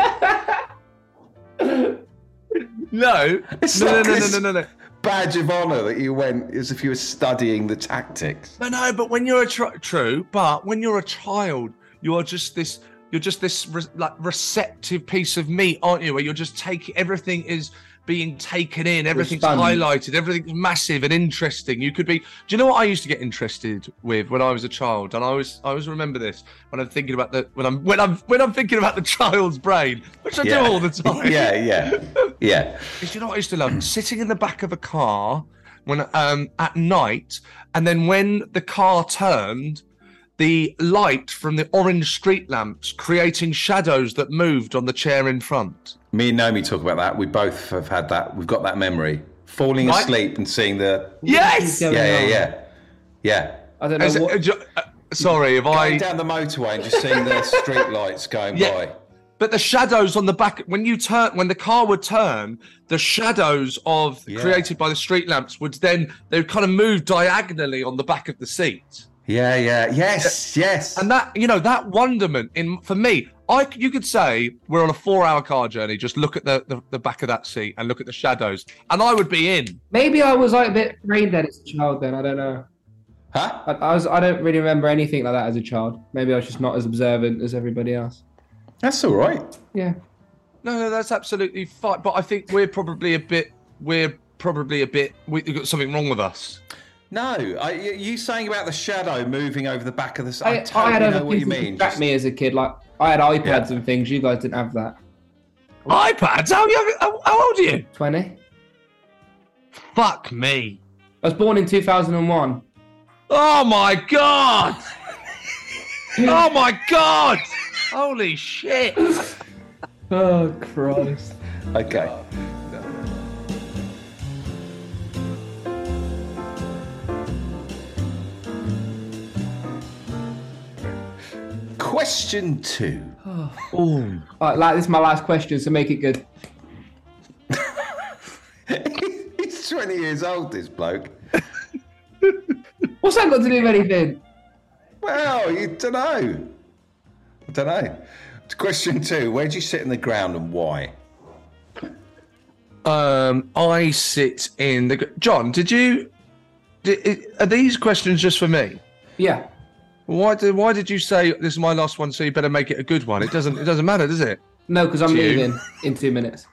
[SPEAKER 4] No.
[SPEAKER 3] It's
[SPEAKER 4] No, no,
[SPEAKER 3] like
[SPEAKER 4] no, no,
[SPEAKER 3] this-
[SPEAKER 4] no, no, no.
[SPEAKER 3] Badge of honour that you went as if you were studying the tactics.
[SPEAKER 4] No, no, but when you're a tr- true, but when you're a child, you are just this. You're just this re- like receptive piece of meat, aren't you? Where you're just taking everything is being taken in, everything's
[SPEAKER 5] sponge.
[SPEAKER 4] highlighted, everything's massive and interesting. You could be. Do you know what I used to get interested with when I was a child? And I always, I always remember this when I'm thinking about the when I'm when I'm when I'm thinking about the (laughs) child's brain, which I do all the time.
[SPEAKER 3] yeah, yeah, yeah.
[SPEAKER 4] Do you know what I used to love? Sitting in the back of a car when um at night, and then when the car turned, the light from the orange street lamps creating shadows that moved on the chair in front.
[SPEAKER 3] Me and Naomi talk about that. We both have had that. We've got that memory. Falling
[SPEAKER 4] Right.
[SPEAKER 3] asleep and seeing the.
[SPEAKER 4] Yes.
[SPEAKER 5] Yeah.
[SPEAKER 3] Yeah, yeah, yeah. Yeah.
[SPEAKER 5] I don't know.
[SPEAKER 4] As-
[SPEAKER 5] what,
[SPEAKER 4] uh, jo- uh, sorry, if
[SPEAKER 3] Going
[SPEAKER 4] I.
[SPEAKER 3] down the motorway and just seeing the street lights going
[SPEAKER 4] Yeah.
[SPEAKER 3] by.
[SPEAKER 4] But the shadows on the back when you turn when the car would turn, the shadows of
[SPEAKER 3] Yeah.
[SPEAKER 4] created by the street lamps would then they would kind of move diagonally on the back of the seat.
[SPEAKER 3] Yeah, yeah. Yes, yes.
[SPEAKER 4] and that you know that wonderment in for me i c- you could say we're on a four hour car journey just look at the, the the back of that seat and look at the shadows and i would be in
[SPEAKER 5] maybe I was like a bit brain dead as a child. Then I don't know.
[SPEAKER 3] huh?
[SPEAKER 5] I, I was. I don't really remember anything like that as a child. Maybe I was just not as observant as everybody else.
[SPEAKER 3] That's all right.
[SPEAKER 5] Yeah.
[SPEAKER 4] no no that's absolutely fine but i think we're probably a bit we're probably a bit we've got something wrong with us
[SPEAKER 3] No, I, you you saying about the shadow moving over the back of the. s- I,
[SPEAKER 5] I,
[SPEAKER 3] totally
[SPEAKER 5] I had
[SPEAKER 3] know
[SPEAKER 5] other
[SPEAKER 3] what
[SPEAKER 5] things
[SPEAKER 3] you
[SPEAKER 5] that
[SPEAKER 3] mean.
[SPEAKER 5] distract
[SPEAKER 3] Just-
[SPEAKER 5] me as a kid. Like I had iPads
[SPEAKER 3] Yeah.
[SPEAKER 5] and things. You guys didn't have that.
[SPEAKER 4] ipads how young how, how old are you
[SPEAKER 5] Twenty.
[SPEAKER 4] fuck me
[SPEAKER 5] I was born in two thousand and one.
[SPEAKER 4] oh my god (laughs) oh my god holy shit
[SPEAKER 5] Oh Christ.
[SPEAKER 3] Okay. Question two.
[SPEAKER 5] All right, like this is my last question, so make it good.
[SPEAKER 3] (laughs) He's 20 years old, this bloke.
[SPEAKER 5] What's that got to do with anything?
[SPEAKER 3] Well, you don't know. I don't know. Question two Where do you sit in the ground and why?
[SPEAKER 4] Um, I sit in the. gr- John, did you? Did, i- are these questions just for me?
[SPEAKER 5] Yeah.
[SPEAKER 4] Why did Why did you say this is my last one? So you better make it a good one. It doesn't. It doesn't matter, does it?
[SPEAKER 5] No, because I'm
[SPEAKER 4] you.
[SPEAKER 5] leaving in two minutes.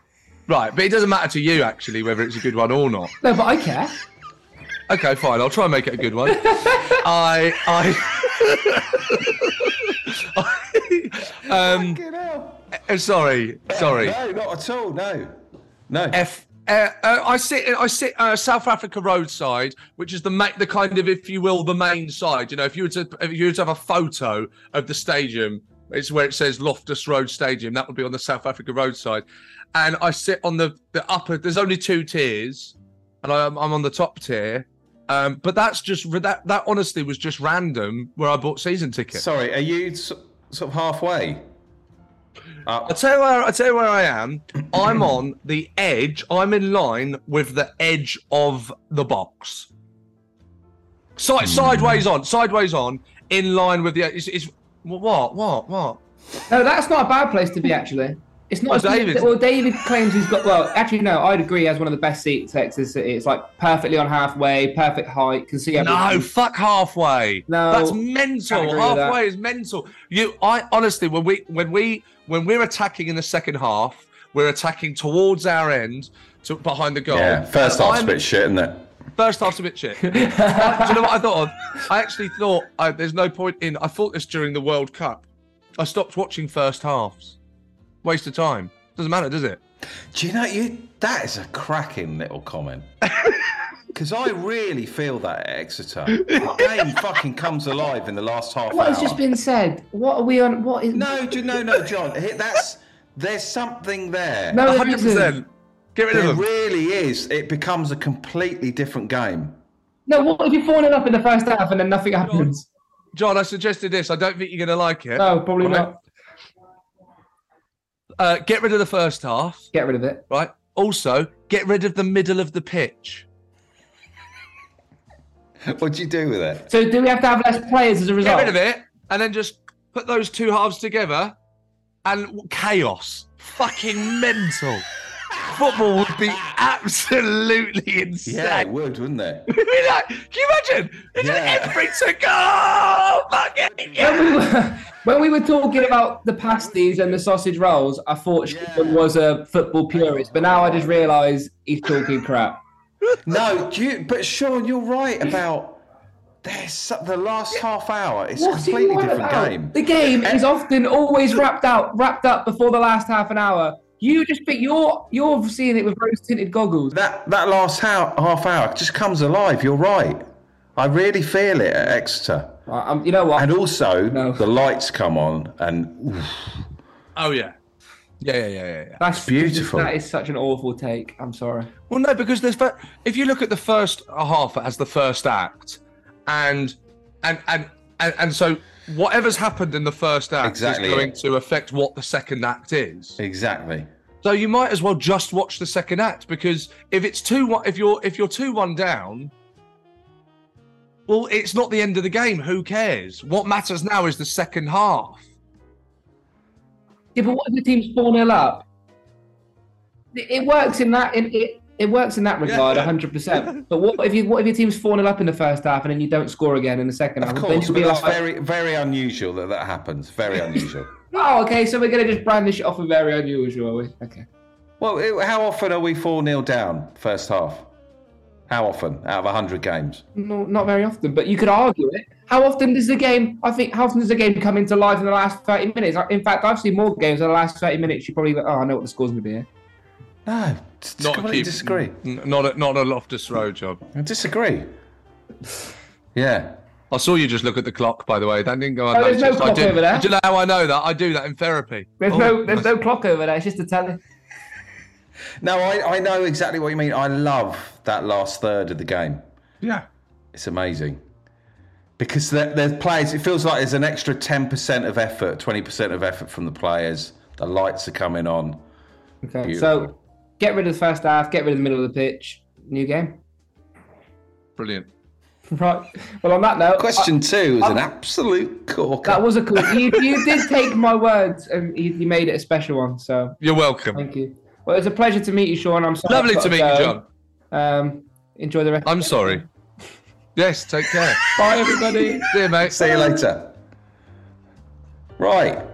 [SPEAKER 4] Right, but it doesn't matter to you actually whether it's a good one or not.
[SPEAKER 5] No, but I care.
[SPEAKER 4] Okay, fine. I'll try and make it a good one. I, I, I um, uh, (laughs) sorry, sorry.
[SPEAKER 3] No, not at all. No, no.
[SPEAKER 4] (laughs) F. Uh, uh, I sit. I sit uh, South Africa roadside, which is the ma- the kind of, if you will, the main side. You know, if you were to if you were to have a photo of the stadium, it's where it says Loftus Road Stadium. That would be on the South Africa roadside, and I sit on the the upper. There's only two tiers, and I'm, I'm on the top tier. Um, but that's just that that honestly was just random where I bought season tickets.
[SPEAKER 3] Sorry, are you s- sort of halfway?
[SPEAKER 4] I tell you where I tell you where I am. I'm on the edge. I'm in line with the edge of the box. Side, sideways on, sideways on, in line with the. It's, it's what, what, what?
[SPEAKER 5] No, that's not a bad place to be actually. It's not.
[SPEAKER 4] Well,
[SPEAKER 5] as-
[SPEAKER 4] David-
[SPEAKER 5] Well, David claims he's got. Well, actually, no. I'd agree. He has one of the best seats. Texas City. It's like perfectly on halfway, perfect height. Can see everything.
[SPEAKER 4] No, fuck halfway.
[SPEAKER 5] No,
[SPEAKER 4] that's
[SPEAKER 5] can't
[SPEAKER 4] mental.
[SPEAKER 5] agree with that.
[SPEAKER 4] Halfway is mental. You, I honestly, when we, when we, when we're attacking in the second half, we're attacking towards our end, to behind the goal.
[SPEAKER 3] Yeah, first
[SPEAKER 4] And
[SPEAKER 3] half's a
[SPEAKER 4] I'm-
[SPEAKER 3] bit shit, isn't it?
[SPEAKER 4] First half's a bit (laughs) shit. I- do you know what I thought of? I actually thought I, there's no point in. I thought this during the World Cup. I stopped watching first halves. Waste of time. Doesn't matter, does it?
[SPEAKER 3] Do you know you? That is a cracking little
[SPEAKER 4] (laughs)
[SPEAKER 3] comment. Because I really feel that at
[SPEAKER 4] (laughs)
[SPEAKER 3] Exeter. The game fucking comes alive in the last half
[SPEAKER 5] What
[SPEAKER 3] hour.
[SPEAKER 5] has just been said? What are we on? What is?
[SPEAKER 3] No, do, no, no, John. he- That's there's something there.
[SPEAKER 5] No, there
[SPEAKER 4] 100.
[SPEAKER 5] isn't.
[SPEAKER 4] percent Get rid of
[SPEAKER 3] There
[SPEAKER 4] them.
[SPEAKER 3] really is. It becomes a completely different (laughs) game.
[SPEAKER 5] No, what if you're falling up in the first half and then nothing happens?
[SPEAKER 4] John, I suggested this. I don't think you're going to like it.
[SPEAKER 5] No, probably
[SPEAKER 4] Right.
[SPEAKER 5] not.
[SPEAKER 4] Uh, get rid of the first half,
[SPEAKER 5] Get rid of it.
[SPEAKER 4] right? Also, get rid of the middle of the pitch.
[SPEAKER 3] What do you do with it?
[SPEAKER 5] So, do we have to have less players as a
[SPEAKER 4] Get
[SPEAKER 5] result?
[SPEAKER 4] rid of it, and then just put those two halves together, and w- chaos. Fucking mental. Football would be absolutely insane.
[SPEAKER 3] Yeah,
[SPEAKER 4] (laughs)
[SPEAKER 3] it would, wouldn't it?
[SPEAKER 4] It'd be like- can you imagine? It's
[SPEAKER 3] Yeah.
[SPEAKER 4] just every single oh, fucking yeah.
[SPEAKER 5] When we, were, when we were talking about the pasties and the sausage rolls, I thought Sean was a football purist, but now I just realise he's talking crap.
[SPEAKER 3] No, do you, but Sean, you're right about there's so- the last half hour. It's a
[SPEAKER 5] What's he
[SPEAKER 3] completely
[SPEAKER 5] on
[SPEAKER 3] different
[SPEAKER 5] about?
[SPEAKER 3] game.
[SPEAKER 5] The game is often always wrapped out, wrapped up before the last half an hour. You just think you're you're seeing it with rose tinted goggles.
[SPEAKER 3] That that last half, half hour just comes alive. You're right. I really feel it at Exeter.
[SPEAKER 5] I- I'm- um, you know what?
[SPEAKER 3] And also,
[SPEAKER 5] No.
[SPEAKER 3] the lights come on, and oof,
[SPEAKER 4] Oh yeah. Yeah, yeah, yeah, yeah, yeah.
[SPEAKER 5] That's
[SPEAKER 3] beautiful.
[SPEAKER 5] That is such an awful take. I'm sorry.
[SPEAKER 4] Well, no, because there's fir- if you look at the first half as the first act, and and and and, and so whatever's happened in the first act
[SPEAKER 3] Exactly.
[SPEAKER 4] is going to affect what the second act is.
[SPEAKER 3] exactly.
[SPEAKER 4] So you might as well just watch the second act because if it's two one, if you're if you're two one down, well, it's not the end of the game. Who cares? What matters now is the second half.
[SPEAKER 5] Yeah, but what if the team's four 0 up? It, it works in that in it. It works in that regard,
[SPEAKER 4] Yeah.
[SPEAKER 3] (laughs)
[SPEAKER 5] 100%. But what if you what if your team's 4 0 up in the first half and then you don't score again in the second half?
[SPEAKER 3] Of
[SPEAKER 5] Then
[SPEAKER 3] course,
[SPEAKER 5] you'll
[SPEAKER 3] but
[SPEAKER 5] be
[SPEAKER 3] that's
[SPEAKER 5] like,
[SPEAKER 3] very very unusual that that happens. Very unusual.
[SPEAKER 5] Oh, okay, so we're going to just brandish it off of very unusual, are we? Okay.
[SPEAKER 3] well, it- how often are we four 0 down first half? How often out of hundred games?
[SPEAKER 5] No, not very often, but you could argue it. How often does the game, I think, how often does the game come into life in the last 30 minutes? Like, In fact, I've seen more games in the last 30 minutes. You probably go, oh, I know what the score's going to be here.
[SPEAKER 3] No, t-
[SPEAKER 4] Not a
[SPEAKER 3] completely
[SPEAKER 4] keep-
[SPEAKER 3] disagree.
[SPEAKER 4] N- Not a, not a Loftus Road job.
[SPEAKER 3] I disagree. Yeah.
[SPEAKER 4] I saw you just look at the clock, by the way. That didn't go
[SPEAKER 5] Oh, there's
[SPEAKER 4] unnoticed.
[SPEAKER 5] no clock
[SPEAKER 4] I do,
[SPEAKER 5] over there.
[SPEAKER 4] Do you know how I know that? I do that in therapy.
[SPEAKER 5] There's
[SPEAKER 4] Oh,
[SPEAKER 5] no there's
[SPEAKER 4] nice.
[SPEAKER 5] no clock over there. It's just a telly.
[SPEAKER 3] No, I, I know exactly what you mean. I love that last third of the game.
[SPEAKER 4] Yeah.
[SPEAKER 3] It's amazing. Because there- there's players, it feels like there's an extra 10% of effort, 20% of effort from the players. The lights are coming on.
[SPEAKER 5] Okay, so
[SPEAKER 3] Beautiful.
[SPEAKER 5] get rid of the first half, get rid of the middle of the pitch, new game. (laughs)
[SPEAKER 4] Brilliant.
[SPEAKER 5] Right. Well, on that note,
[SPEAKER 3] Question two is an absolute corker.
[SPEAKER 5] I- that was a cool. You, you did take my words and you, you made it a special one. So
[SPEAKER 4] You're welcome.
[SPEAKER 5] thank you. Well, it's a pleasure to meet you, Sean. I'm sorry. I've
[SPEAKER 4] Lovely
[SPEAKER 5] got
[SPEAKER 4] to meet you,
[SPEAKER 5] go.
[SPEAKER 4] John.
[SPEAKER 5] Um, enjoy the rest.
[SPEAKER 4] I'm
[SPEAKER 5] (laughs)
[SPEAKER 4] sorry. Yes, take care.
[SPEAKER 5] Bye, (laughs) everybody.
[SPEAKER 4] See you, mate.
[SPEAKER 3] See you later. Right.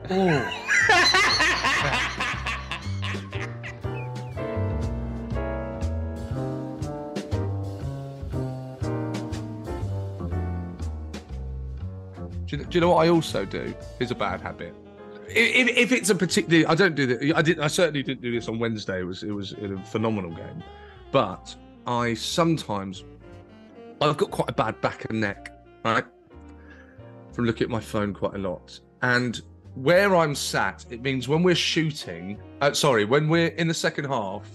[SPEAKER 4] Do you, do you know what I also do? Is a bad habit. If, if it's a particular, I don't do that. I didn't. I certainly didn't do this on Wednesday. It was it was a phenomenal game, but I sometimes I've got quite a bad back and neck, right? From looking at my phone quite a lot. And where I'm sat, it means when we're shooting, uh, sorry, when we're in the second half,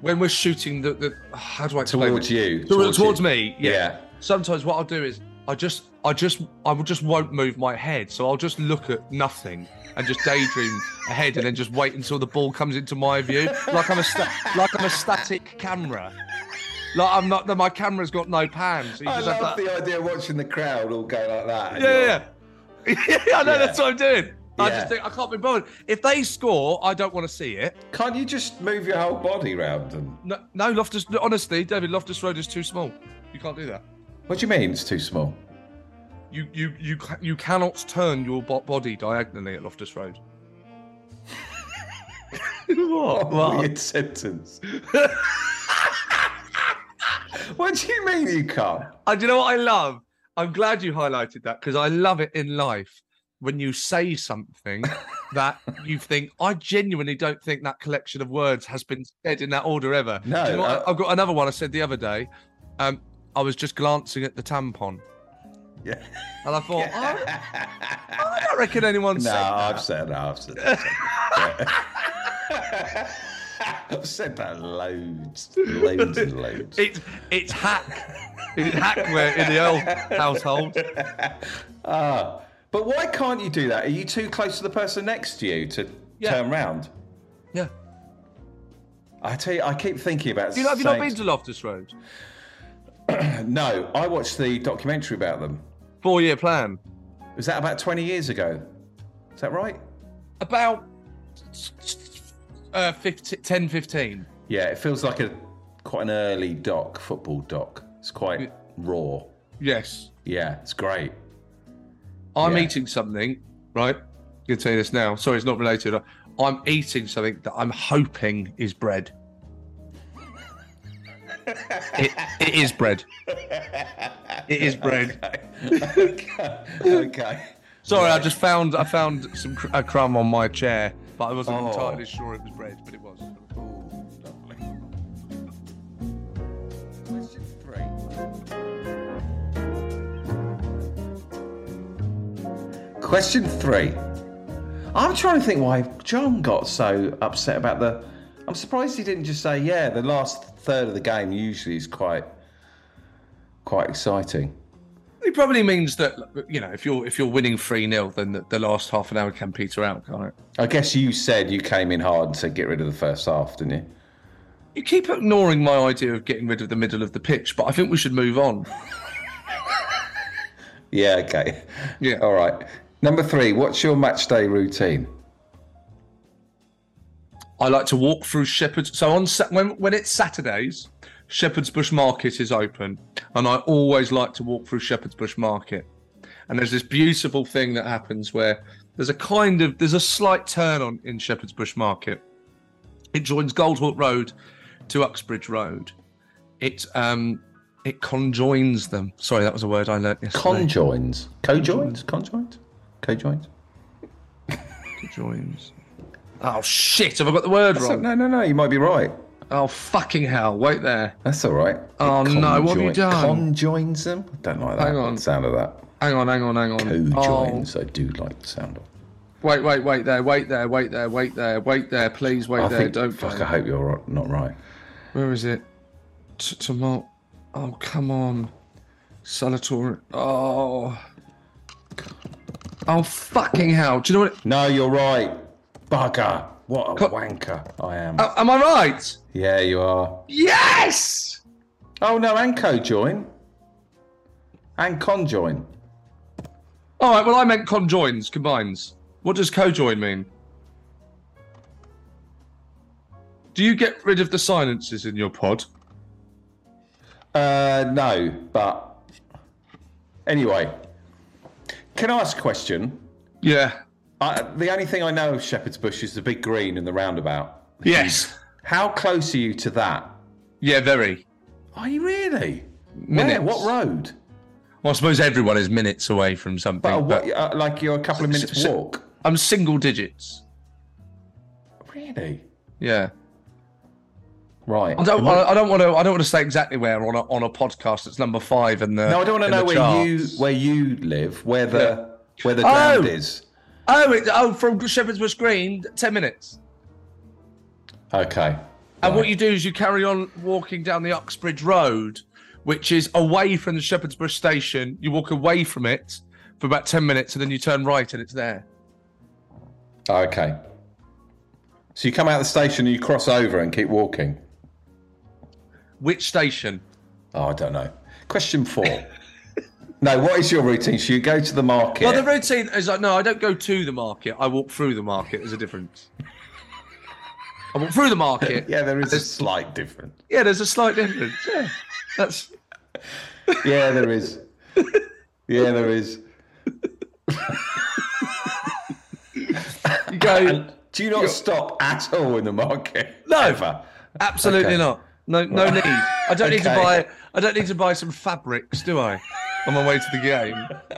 [SPEAKER 4] when we're shooting the, the how do I explain
[SPEAKER 3] Towards
[SPEAKER 4] it?
[SPEAKER 3] you,
[SPEAKER 4] Tor-
[SPEAKER 3] towards
[SPEAKER 4] towards,
[SPEAKER 3] you.
[SPEAKER 4] me, yeah.
[SPEAKER 3] Yeah.
[SPEAKER 4] Sometimes what I'll do is I just, I just, I will just won't move my head, so I'll just look at nothing and just daydream (laughs) ahead, and then just wait until the ball comes into my view, like I'm a, sta- like I'm a static camera. Like I'm not. My camera's got no pan. So you
[SPEAKER 3] I
[SPEAKER 4] just have
[SPEAKER 3] love
[SPEAKER 4] to,
[SPEAKER 3] the idea of watching the crowd all go like that. and you're-
[SPEAKER 4] yeah, yeah, yeah. (laughs) yeah. I know
[SPEAKER 3] Yeah.
[SPEAKER 4] that's what I'm doing. I
[SPEAKER 3] Yeah.
[SPEAKER 4] just think I can't be bothered. If they score, I don't want to see it.
[SPEAKER 3] Can't you just move your whole body round? And
[SPEAKER 4] No, no Loftus. Honestly, David Loftus Road is too small. You can't do that.
[SPEAKER 3] what do you mean? It's too small.
[SPEAKER 4] You you you ca- you cannot turn your bo- body diagonally at Loftus Road.
[SPEAKER 3] (laughs) What?
[SPEAKER 4] (laughs) What?
[SPEAKER 3] Weird sentence. (laughs) what do you mean you can't?
[SPEAKER 4] And you know what I love? I'm glad you highlighted that because I love it in life when you
[SPEAKER 3] (laughs)
[SPEAKER 4] say something that you think, I genuinely don't think that collection of words has been said in that order ever. Do
[SPEAKER 3] No,
[SPEAKER 4] you know what?
[SPEAKER 3] uh,
[SPEAKER 4] I've got another one I said the other day. Um, I was just glancing at the tampon
[SPEAKER 3] Yeah.
[SPEAKER 4] and
[SPEAKER 3] (laughs)
[SPEAKER 4] I thought, "Oh, I don't reckon anyone
[SPEAKER 3] No,
[SPEAKER 4] said that.
[SPEAKER 3] I've said that. I've said that. Yeah. (laughs) I've said that loads, loads and loads.
[SPEAKER 4] It's, it's hack. It's hack where in the old household.
[SPEAKER 3] Ah, but why can't you do that? Are you too close to the person next to you to
[SPEAKER 4] Yeah.
[SPEAKER 3] turn round?
[SPEAKER 4] Yeah.
[SPEAKER 3] I tell you, I keep thinking about.
[SPEAKER 4] Do you, have you not
[SPEAKER 3] saying-
[SPEAKER 4] been to Loftus Road?
[SPEAKER 3] No, I watched the documentary about them.
[SPEAKER 4] Four year plan.
[SPEAKER 3] Was that about 20 years ago? Is that right?
[SPEAKER 4] about uh, 15, 10, 15.
[SPEAKER 3] Yeah, it feels like a quite an early doc, football doc. It's quite raw.
[SPEAKER 4] Yes.
[SPEAKER 3] Yeah, it's
[SPEAKER 4] (laughs)
[SPEAKER 3] great. (laughs)
[SPEAKER 4] I'm
[SPEAKER 3] Yeah.
[SPEAKER 4] eating something, right? I can tell you this now. Sorry, it's not related. I'm eating something that I'm hoping is bread. it, it is bread. It is (laughs) bread.
[SPEAKER 3] okay. okay.
[SPEAKER 4] Sorry, I just found I found some cr- a crumb on my chair, but I wasn't
[SPEAKER 3] Oh.
[SPEAKER 4] entirely sure it was bread, but it was.
[SPEAKER 3] Ooh, lovely. Question three. Question three. I'm trying to think why John got so upset about the. I'm surprised he didn't just say, "Yeah, the last third of the game usually is quite, quite exciting."
[SPEAKER 4] It probably means that you know if you're if you're winning three 0 then the, the last half an hour can peter out, can't it?
[SPEAKER 3] I guess you said you came in hard and said, "Get rid of the first half," didn't you?
[SPEAKER 4] You keep ignoring my idea of getting rid of the middle of the pitch, but I think we should move on.
[SPEAKER 3] Yeah. Okay. (laughs)
[SPEAKER 4] Yeah.
[SPEAKER 3] All right. Number three. What's your match day routine?
[SPEAKER 4] I like to walk through Shepherd's. So on Sa- when when it's Saturdays, Shepherd's Bush Market is open, and I always like to walk through Shepherd's Bush Market. And there's this beautiful thing that happens where there's a kind of there's a slight turn on in Shepherd's Bush Market. It joins Goldhawk Road to Uxbridge Road. It um it conjoins them. Sorry, that was a word I learnt yesterday.
[SPEAKER 3] Conjoins. Cojoins? Conjoins? Cojoins?
[SPEAKER 4] conjoins. Oh shit! Have I got the word
[SPEAKER 3] So,
[SPEAKER 4] wrong?
[SPEAKER 3] no, no, no. You might be right.
[SPEAKER 4] Oh fucking hell! Wait there.
[SPEAKER 3] That's all right.
[SPEAKER 4] Oh, no, what have you
[SPEAKER 3] Conjoin-
[SPEAKER 4] done?
[SPEAKER 3] Conjoins them? I don't like that.
[SPEAKER 4] Hang on.
[SPEAKER 3] The sound of that.
[SPEAKER 4] Hang on, hang on, hang on. Oh,
[SPEAKER 3] Cojoins. I do like the sound of.
[SPEAKER 4] wait, wait, wait there, wait there, wait there, wait there, wait there. Please wait
[SPEAKER 3] I
[SPEAKER 4] there.
[SPEAKER 3] think.
[SPEAKER 4] Don't
[SPEAKER 3] fuck.
[SPEAKER 4] go.
[SPEAKER 3] I hope you're right- not right.
[SPEAKER 4] Where is it? T- Tomorrow. Oh come on, Salvatore. Oh. Oh fucking hell! Do you know what?
[SPEAKER 3] No, you're right. Bugger. What a
[SPEAKER 4] Co-
[SPEAKER 3] wanker I am.
[SPEAKER 4] Oh, am I right?
[SPEAKER 3] Yeah, you are.
[SPEAKER 4] Yes.
[SPEAKER 3] Oh no, and cojoin. And conjoin.
[SPEAKER 4] All right. Well, I meant conjoins, combines. What does cojoin mean? Do you get rid of the silences in your pod?
[SPEAKER 3] Uh, no, but anyway, can I ask a question?
[SPEAKER 4] Yeah.
[SPEAKER 3] I, the only thing I know of Shepherd's Bush is the big green and the roundabout.
[SPEAKER 4] Yes.
[SPEAKER 3] How close are you to that?
[SPEAKER 4] Yeah, very.
[SPEAKER 3] Are you really?
[SPEAKER 4] Minutes.
[SPEAKER 3] Where? What road?
[SPEAKER 4] Well, I suppose everyone is minutes away from something.
[SPEAKER 3] But, a wa-
[SPEAKER 4] but
[SPEAKER 3] uh, like you're a couple of minutes
[SPEAKER 4] s-
[SPEAKER 3] walk.
[SPEAKER 4] I'm single digits.
[SPEAKER 3] Really?
[SPEAKER 4] Yeah.
[SPEAKER 3] Right.
[SPEAKER 4] I don't. I, I don't want to. I don't want to say exactly where on a on a podcast. It's number five in the.
[SPEAKER 3] no, I don't want to
[SPEAKER 4] in the
[SPEAKER 3] know where you
[SPEAKER 4] charts.
[SPEAKER 3] where you live, where the where the
[SPEAKER 4] Oh!
[SPEAKER 3] ground is.
[SPEAKER 4] Oh, it, oh, from Shepherd's Bush Green, ten minutes.
[SPEAKER 3] Okay.
[SPEAKER 4] And what you do is you carry on walking down the Uxbridge Road, which is away from the Shepherd's Bush station. You walk away from it for about ten minutes, and then you turn right, and it's there.
[SPEAKER 3] Okay. So you come out of the station and you cross over and keep walking.
[SPEAKER 4] Which station?
[SPEAKER 3] Oh, I don't know. Question four.
[SPEAKER 4] (laughs)
[SPEAKER 3] no, what is your routine? So you go to the market.
[SPEAKER 4] Well, the routine is like, no, I don't go to the market. I walk through the market. There's a difference. I walk through the market.
[SPEAKER 3] yeah, there is a slight difference.
[SPEAKER 4] Yeah, there's a slight difference. Yeah, that's
[SPEAKER 3] Yeah, there is. Yeah, there is.
[SPEAKER 4] you go.
[SPEAKER 3] And do you not stop at all in the market?
[SPEAKER 4] No.
[SPEAKER 3] Ever?
[SPEAKER 4] Absolutely
[SPEAKER 3] Okay.
[SPEAKER 4] not. No, no need. I don't need to
[SPEAKER 3] Okay.
[SPEAKER 4] buy. I don't need to buy some fabrics, do I? On my way to the game.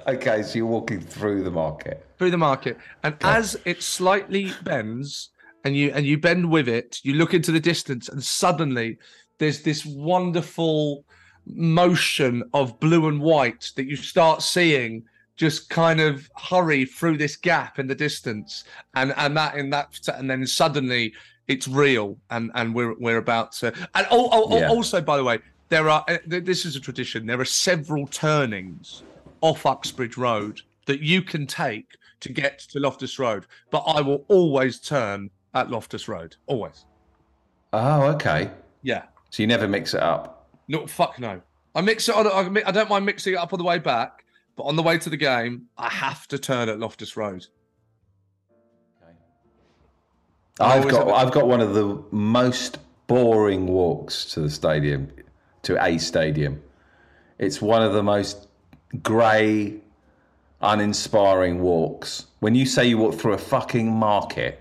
[SPEAKER 3] Okay, so you're walking through the market.
[SPEAKER 4] through the market, and as it slightly bends, and you and you bend with it, you look into the distance, and suddenly there's this wonderful motion of blue and white that you start seeing just kind of hurry through this gap in the distance, and and that in that, and then suddenly it's real, and and we're we're about to, and oh, oh, oh,
[SPEAKER 3] Yeah.
[SPEAKER 4] also by the way. There are. uh, th- This is a tradition. There are several turnings off Uxbridge Road that you can take to get to Loftus Road. But I will always turn at Loftus Road. Always.
[SPEAKER 3] Oh, okay.
[SPEAKER 4] Yeah.
[SPEAKER 3] So you never mix it up.
[SPEAKER 4] No, fuck no. I mix it on. I mi- I don't mind mixing it up on the way back, but on the way to the game, I have to turn at Loftus Road. I
[SPEAKER 3] I've
[SPEAKER 4] always
[SPEAKER 3] got
[SPEAKER 4] have a-
[SPEAKER 3] I've got one of the most boring walks to the stadium, to a stadium. It's one of the most grey, uninspiring walks. When you say you walk through a fucking market,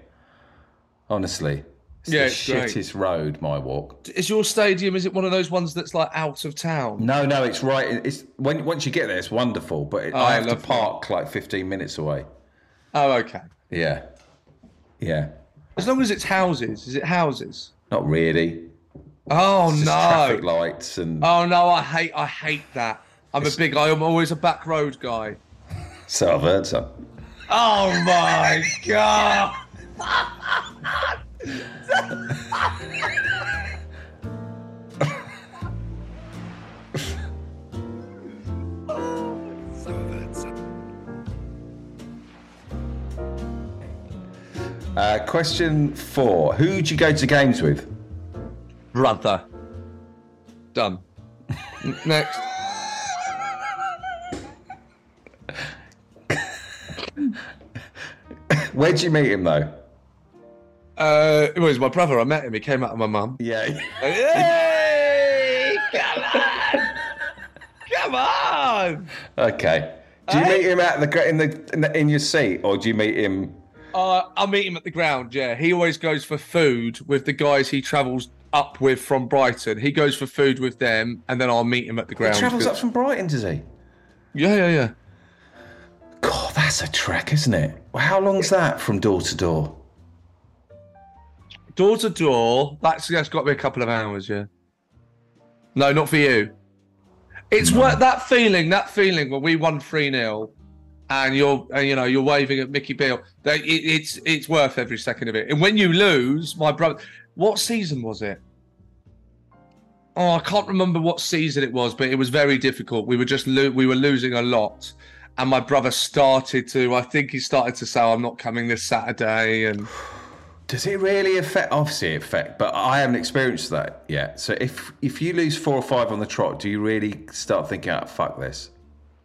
[SPEAKER 3] honestly, it's
[SPEAKER 4] Yeah,
[SPEAKER 3] the
[SPEAKER 4] it's great.
[SPEAKER 3] shittest road. My walk.
[SPEAKER 4] Is your stadium? Is it one of those ones that's like out of town?
[SPEAKER 3] No, no, it's right. It's when once you get there, it's wonderful. But it,
[SPEAKER 4] Oh,
[SPEAKER 3] I
[SPEAKER 4] I
[SPEAKER 3] have to
[SPEAKER 4] love that.
[SPEAKER 3] park like fifteen minutes away.
[SPEAKER 4] Oh, okay.
[SPEAKER 3] Yeah, yeah,
[SPEAKER 4] As long as it's houses, is it houses?
[SPEAKER 3] not really.
[SPEAKER 4] Oh
[SPEAKER 3] Just
[SPEAKER 4] no!
[SPEAKER 3] traffic lights and
[SPEAKER 4] Oh no! I hate. I hate that. I'm a big. I'm always a back road guy.
[SPEAKER 3] so I've heard so.
[SPEAKER 4] Oh
[SPEAKER 3] (laughs)
[SPEAKER 4] my god!
[SPEAKER 3] Uh, question four: Who do you go to games with?
[SPEAKER 4] brother. Done. N- Next.
[SPEAKER 3] Where would you meet him though?
[SPEAKER 4] Uh, it was my brother. I met him. He came out of my mum.
[SPEAKER 3] Yeah,
[SPEAKER 4] Hey, come on! Come on!
[SPEAKER 3] (laughs) okay. Do you meet him at the gra- in the in, the, in your seat, or do you meet him?
[SPEAKER 4] Uh, I'll meet him at the ground. Yeah, he always goes for food with the guys he travels up with from Brighton. He goes for food with them, and then I'll meet him at the
[SPEAKER 3] He
[SPEAKER 4] ground.
[SPEAKER 3] travels up from Brighton, does he?
[SPEAKER 4] Yeah, yeah, yeah.
[SPEAKER 3] God, that's a trek, isn't it? How long's that from door to door?
[SPEAKER 4] Door to door. That's that's got to be a couple of hours. Yeah. No, not for you. It's what that feeling, that feeling when we won three 0 and you're and, you know you're waving at Mickey Beale. That it, it's it's worth every second of it. And when you lose, my brother, what season was it? Oh, I can't remember what season it was, but it was very difficult. We were just lo- we were losing a lot, and my brother started to. I think he started to say, "Oh, "I'm not coming this Saturday," and
[SPEAKER 3] Does it really affect? Obviously, it affect, but I haven't experienced that yet. So if if you lose four or five on the trot, do you really start thinking, oh, "Fuck this,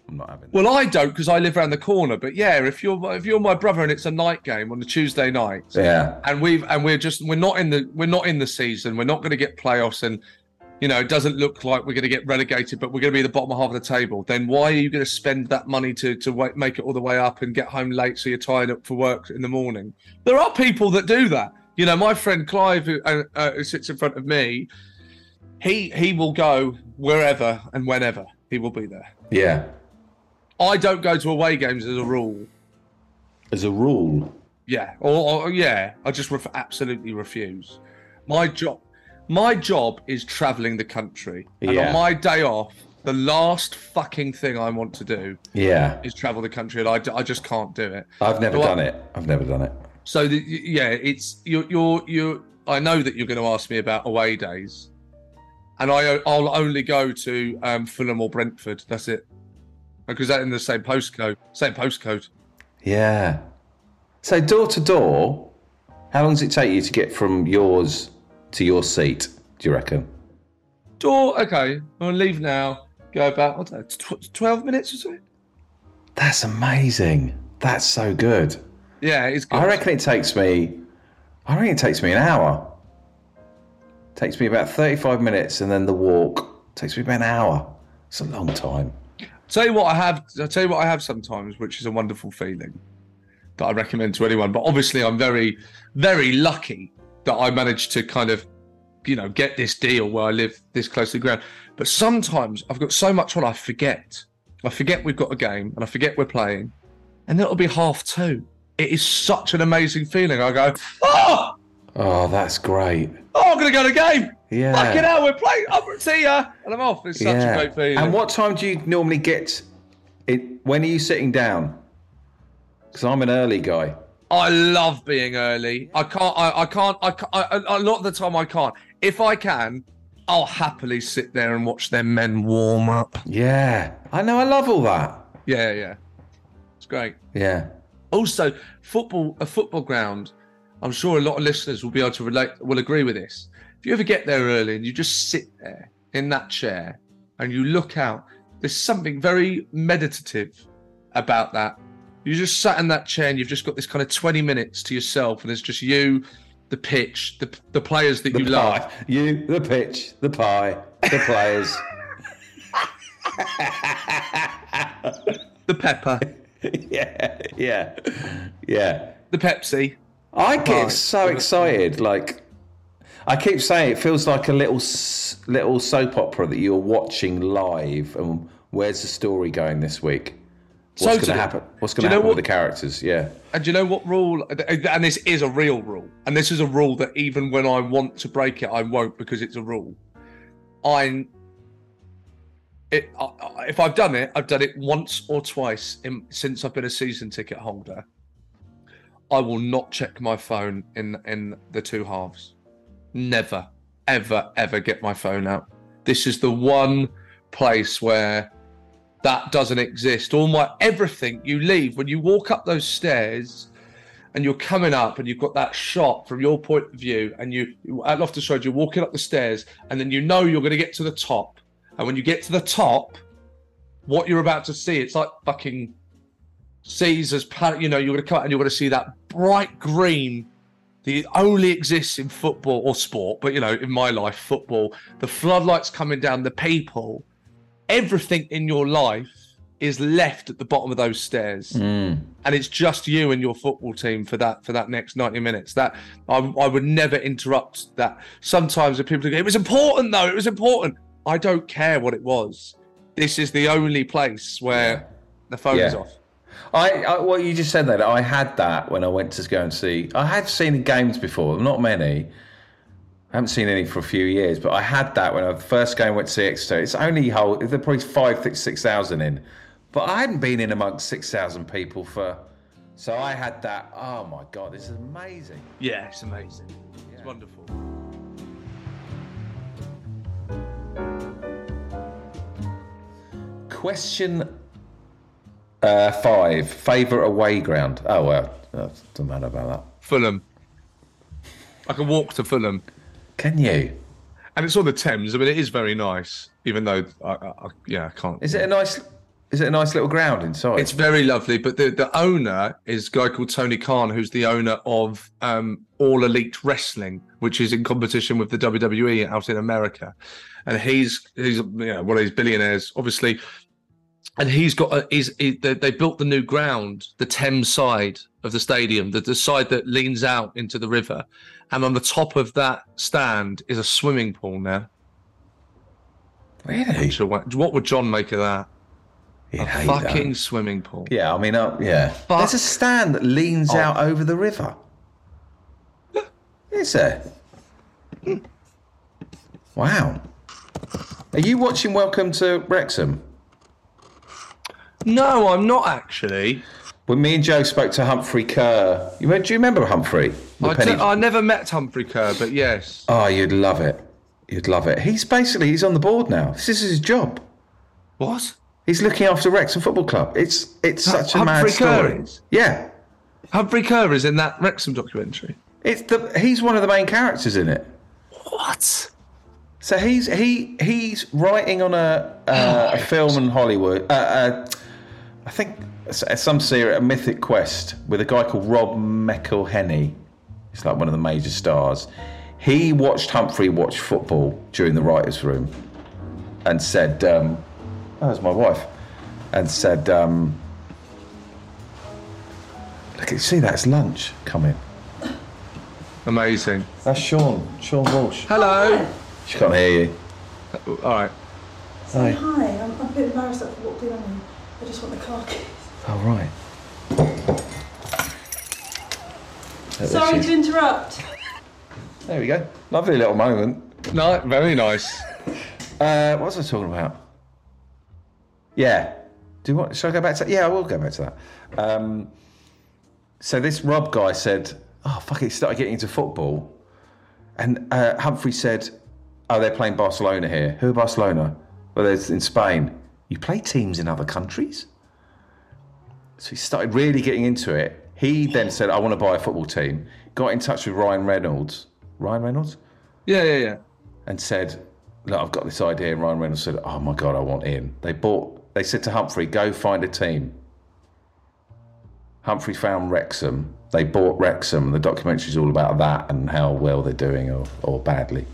[SPEAKER 3] I'm not having"?
[SPEAKER 4] Well, I don't because I live around the corner. But yeah, if you're if you're my brother and it's a night game on a Tuesday night,
[SPEAKER 3] this? Yeah,
[SPEAKER 4] and we've and we're just we're not in the we're not in the season. We're not going to get playoffs, and you know it doesn't look like we're going to get relegated, but we're going to be the bottom half of the table. Then why are you going to spend that money to to wait, make it all the way up and get home late so you're tired up for work in the morning? There are people that do that. You know, my friend Clive, who, uh, uh, who sits in front of me, he he will go wherever and whenever he will be there.
[SPEAKER 3] yeah.
[SPEAKER 4] I don't go to away games as a rule.
[SPEAKER 3] As a rule,
[SPEAKER 4] Yeah, or, or yeah, I just ref- absolutely refuse. My job, my job is traveling the country, and
[SPEAKER 3] Yeah.
[SPEAKER 4] on my day off, the last fucking thing I want to do
[SPEAKER 3] yeah.
[SPEAKER 4] is travel the country, and I, d- I just can't do it.
[SPEAKER 3] I've never
[SPEAKER 4] Well,
[SPEAKER 3] done it. I've never done it.
[SPEAKER 4] So the, y- yeah, it's you're you're you. I know that you're going to ask me about away days, and I o- I'll only go to um, Fulham or Brentford. That's it, because they're in the same postcode. Same postcode.
[SPEAKER 3] Yeah. So door to door, how long does it take you to get from yours to your seat? Do you reckon?
[SPEAKER 4] Door. Okay, I'm gonna leave now. Go about what's that, tw- twelve minutes or something.
[SPEAKER 3] That's amazing. That's so good.
[SPEAKER 4] Yeah, it's good.
[SPEAKER 3] I reckon it takes me. I reckon it takes me an hour. Takes me about thirty-five minutes, and then the walk takes me about an hour. It's a long time.
[SPEAKER 4] tell you what I have. I will tell you what I have sometimes, which is a wonderful feeling that I recommend to anyone. But obviously, I'm very, very lucky that I managed to kind of, you know, get this deal where I live this close to the ground. But sometimes I've got so much on, I forget. I forget we've got a game, and I forget we're playing, and then it'll be half two. It is such an amazing feeling. I go, oh,
[SPEAKER 3] Oh, that's great.
[SPEAKER 4] oh, I'm gonna go to the game.
[SPEAKER 3] Yeah.
[SPEAKER 4] Fucking hell, we're playing. I'll see ya, and I'm off. It's such a great feeling.
[SPEAKER 3] And what time do you normally get it? When are you sitting down? Because I'm an early guy.
[SPEAKER 4] I love being early. I can't. I, I can't. I, ca- I, I. A lot of the time, I can't. If I can, I'll happily sit there and watch them men warm up.
[SPEAKER 3] Yeah, I know. I love all that.
[SPEAKER 4] Yeah, yeah. It's great.
[SPEAKER 3] Yeah,
[SPEAKER 4] Also, football. A football ground. I'm sure a lot of listeners will be able to relate. Will agree with this. If you ever get there early and you just sit there in that chair and you look out, there's something very meditative about that. You just sat in that chair and you've just got this kind of 20 minutes to yourself, and it's just you, the pitch, the the players that
[SPEAKER 3] the
[SPEAKER 4] you
[SPEAKER 3] pie,
[SPEAKER 4] love.
[SPEAKER 3] you, the pitch, the pie, the
[SPEAKER 4] (laughs)
[SPEAKER 3] players.
[SPEAKER 4] the pepper,
[SPEAKER 3] (laughs) yeah, yeah, yeah.
[SPEAKER 4] the Pepsi.
[SPEAKER 3] I
[SPEAKER 4] Pie.
[SPEAKER 3] get so excited. Like I keep saying, it feels like a little s- little soap opera that you're watching live. And where's the story going this week? What's going
[SPEAKER 4] Totally.
[SPEAKER 3] to happen? What's
[SPEAKER 4] Do
[SPEAKER 3] going to
[SPEAKER 4] you know
[SPEAKER 3] happen
[SPEAKER 4] what-
[SPEAKER 3] with the characters? Yeah.
[SPEAKER 4] And you know what rule? And this is a real rule. And this is a rule that even when I want to break it, I won't because it's a rule. I, it, I, I- if I've done it, I've done it once or twice in, since I've been a season ticket holder. I will not check my phone in in the two halves. Never, ever, ever get my phone out. This is the one place where that doesn't exist. All my everything you leave when you walk up those stairs and you're coming up and you've got that shot from your point of view and you at Loftus Road you're walking up the stairs and then you know you're going to get to the top and when you get to the top what you're about to see it's like fucking Caesar's palace you know you're going to come out and you're going to see that bright green that only exists in football or sport but you know in my life football the floodlights coming down the people everything in your life is left at the bottom of those stairs
[SPEAKER 3] Mm.
[SPEAKER 4] and it's just you and your football team for that for that next 90 minutes that I, I would never interrupt that sometimes the people go it was important though it was important i don't care what it was this is the only place where the phone is
[SPEAKER 3] Yeah.
[SPEAKER 4] off
[SPEAKER 3] I, I well, you just said that. I had that when I went to go and see. I had seen games before, not many. I haven't seen any for a few years, but I had that when I the first game went to see Exeter. It's only whole. There probably five, six, six thousand in, but I hadn't been in amongst six thousand people for. So I had that. Oh my god, this is amazing.
[SPEAKER 4] yeah it's amazing it's wonderful
[SPEAKER 3] Question uh, five: favorite away ground. Oh well, that doesn't matter about that.
[SPEAKER 4] fulham i can walk to fulham
[SPEAKER 3] Can you?
[SPEAKER 4] and it's on the thames i mean it is very nice even though i, I, I yeah i can't
[SPEAKER 3] Is it a nice? Is it a nice little ground inside?
[SPEAKER 4] It's very lovely, but the, the owner is a guy called Tony Khan, who's the owner of um, All Elite Wrestling, which is in competition with the WWE out in America, and he's he's you know, one of these billionaires, obviously, and he's got a, he's he, they, they built the new ground, the Thames side of the stadium, the, the side that leans out into the river, and on the top of that stand is a swimming pool now.
[SPEAKER 3] really.
[SPEAKER 4] So what what would John make of that?
[SPEAKER 3] He'd
[SPEAKER 4] A
[SPEAKER 3] hate that.
[SPEAKER 4] fucking swimming pool.
[SPEAKER 3] Yeah, I mean, uh, yeah.
[SPEAKER 4] But-
[SPEAKER 3] There's a stand that
[SPEAKER 4] Oh.
[SPEAKER 3] leans out over the river. Is there? Wow. Are you watching Welcome to Wrexham?
[SPEAKER 4] No, I'm not actually.
[SPEAKER 3] When me and Joe spoke to Humphrey Kerr. You, re- do you remember Humphrey? The
[SPEAKER 4] I,
[SPEAKER 3] penny-
[SPEAKER 4] d- I never met Humphrey Kerr, but yes.
[SPEAKER 3] oh, you'd love it. You'd love it. He's basically he's on the board now. This is his job.
[SPEAKER 4] What?
[SPEAKER 3] He's looking after Wrexham Football Club. It's it's
[SPEAKER 4] Hu-
[SPEAKER 3] such a mad
[SPEAKER 4] Humphrey Kerr
[SPEAKER 3] story.
[SPEAKER 4] is?
[SPEAKER 3] Yeah.
[SPEAKER 4] Humphrey Kerr is in that Wrexham documentary.
[SPEAKER 3] It's the he's one of the main characters in it.
[SPEAKER 4] What?
[SPEAKER 3] So he's he he's writing on a uh, a film in Hollywood. Uh, uh, I think s- uh, some series, a mythic quest with a guy called Rob McElhenney. He's like one of the major stars. He watched Humphrey watch football during the writers' room, and said, um, "That was my wife," and said, um, "Look, see that's lunch coming.
[SPEAKER 4] Amazing.
[SPEAKER 3] That's Sean, Sean Walsh.
[SPEAKER 4] Hello.
[SPEAKER 3] She can't hear you."
[SPEAKER 4] All right.
[SPEAKER 6] Hi, I'm, I'm a bit embarrassed that I've walked in on you. I just want the car keys.
[SPEAKER 3] Oh, right. There
[SPEAKER 6] Sorry
[SPEAKER 3] she-
[SPEAKER 6] to interrupt.
[SPEAKER 3] There we go. Lovely little moment.
[SPEAKER 4] No, very nice.
[SPEAKER 3] Uh, what was I talking about? Yeah. Do you want? Shall I go back to that? Yeah, I will go back to that. Um, so this Rob guy said, "Oh fuck!" He started getting into football, and uh, Humphrey said, "Oh, they're playing Barcelona here. Who are Barcelona? Well, it's in Spain. You play teams in other countries." So he started really getting into it. He then said, "I want to buy a football team." Got in touch with Ryan Reynolds. Ryan Reynolds
[SPEAKER 4] Yeah, yeah, yeah.
[SPEAKER 3] and said, "Look, I've got this idea." And Ryan Reynolds said, "Oh my god, I want in." They bought. They said to Humphrey, "Go find a team." Humphrey found Wrexham. They bought Wrexham. The documentary's all about that and how well they're doing or, or badly.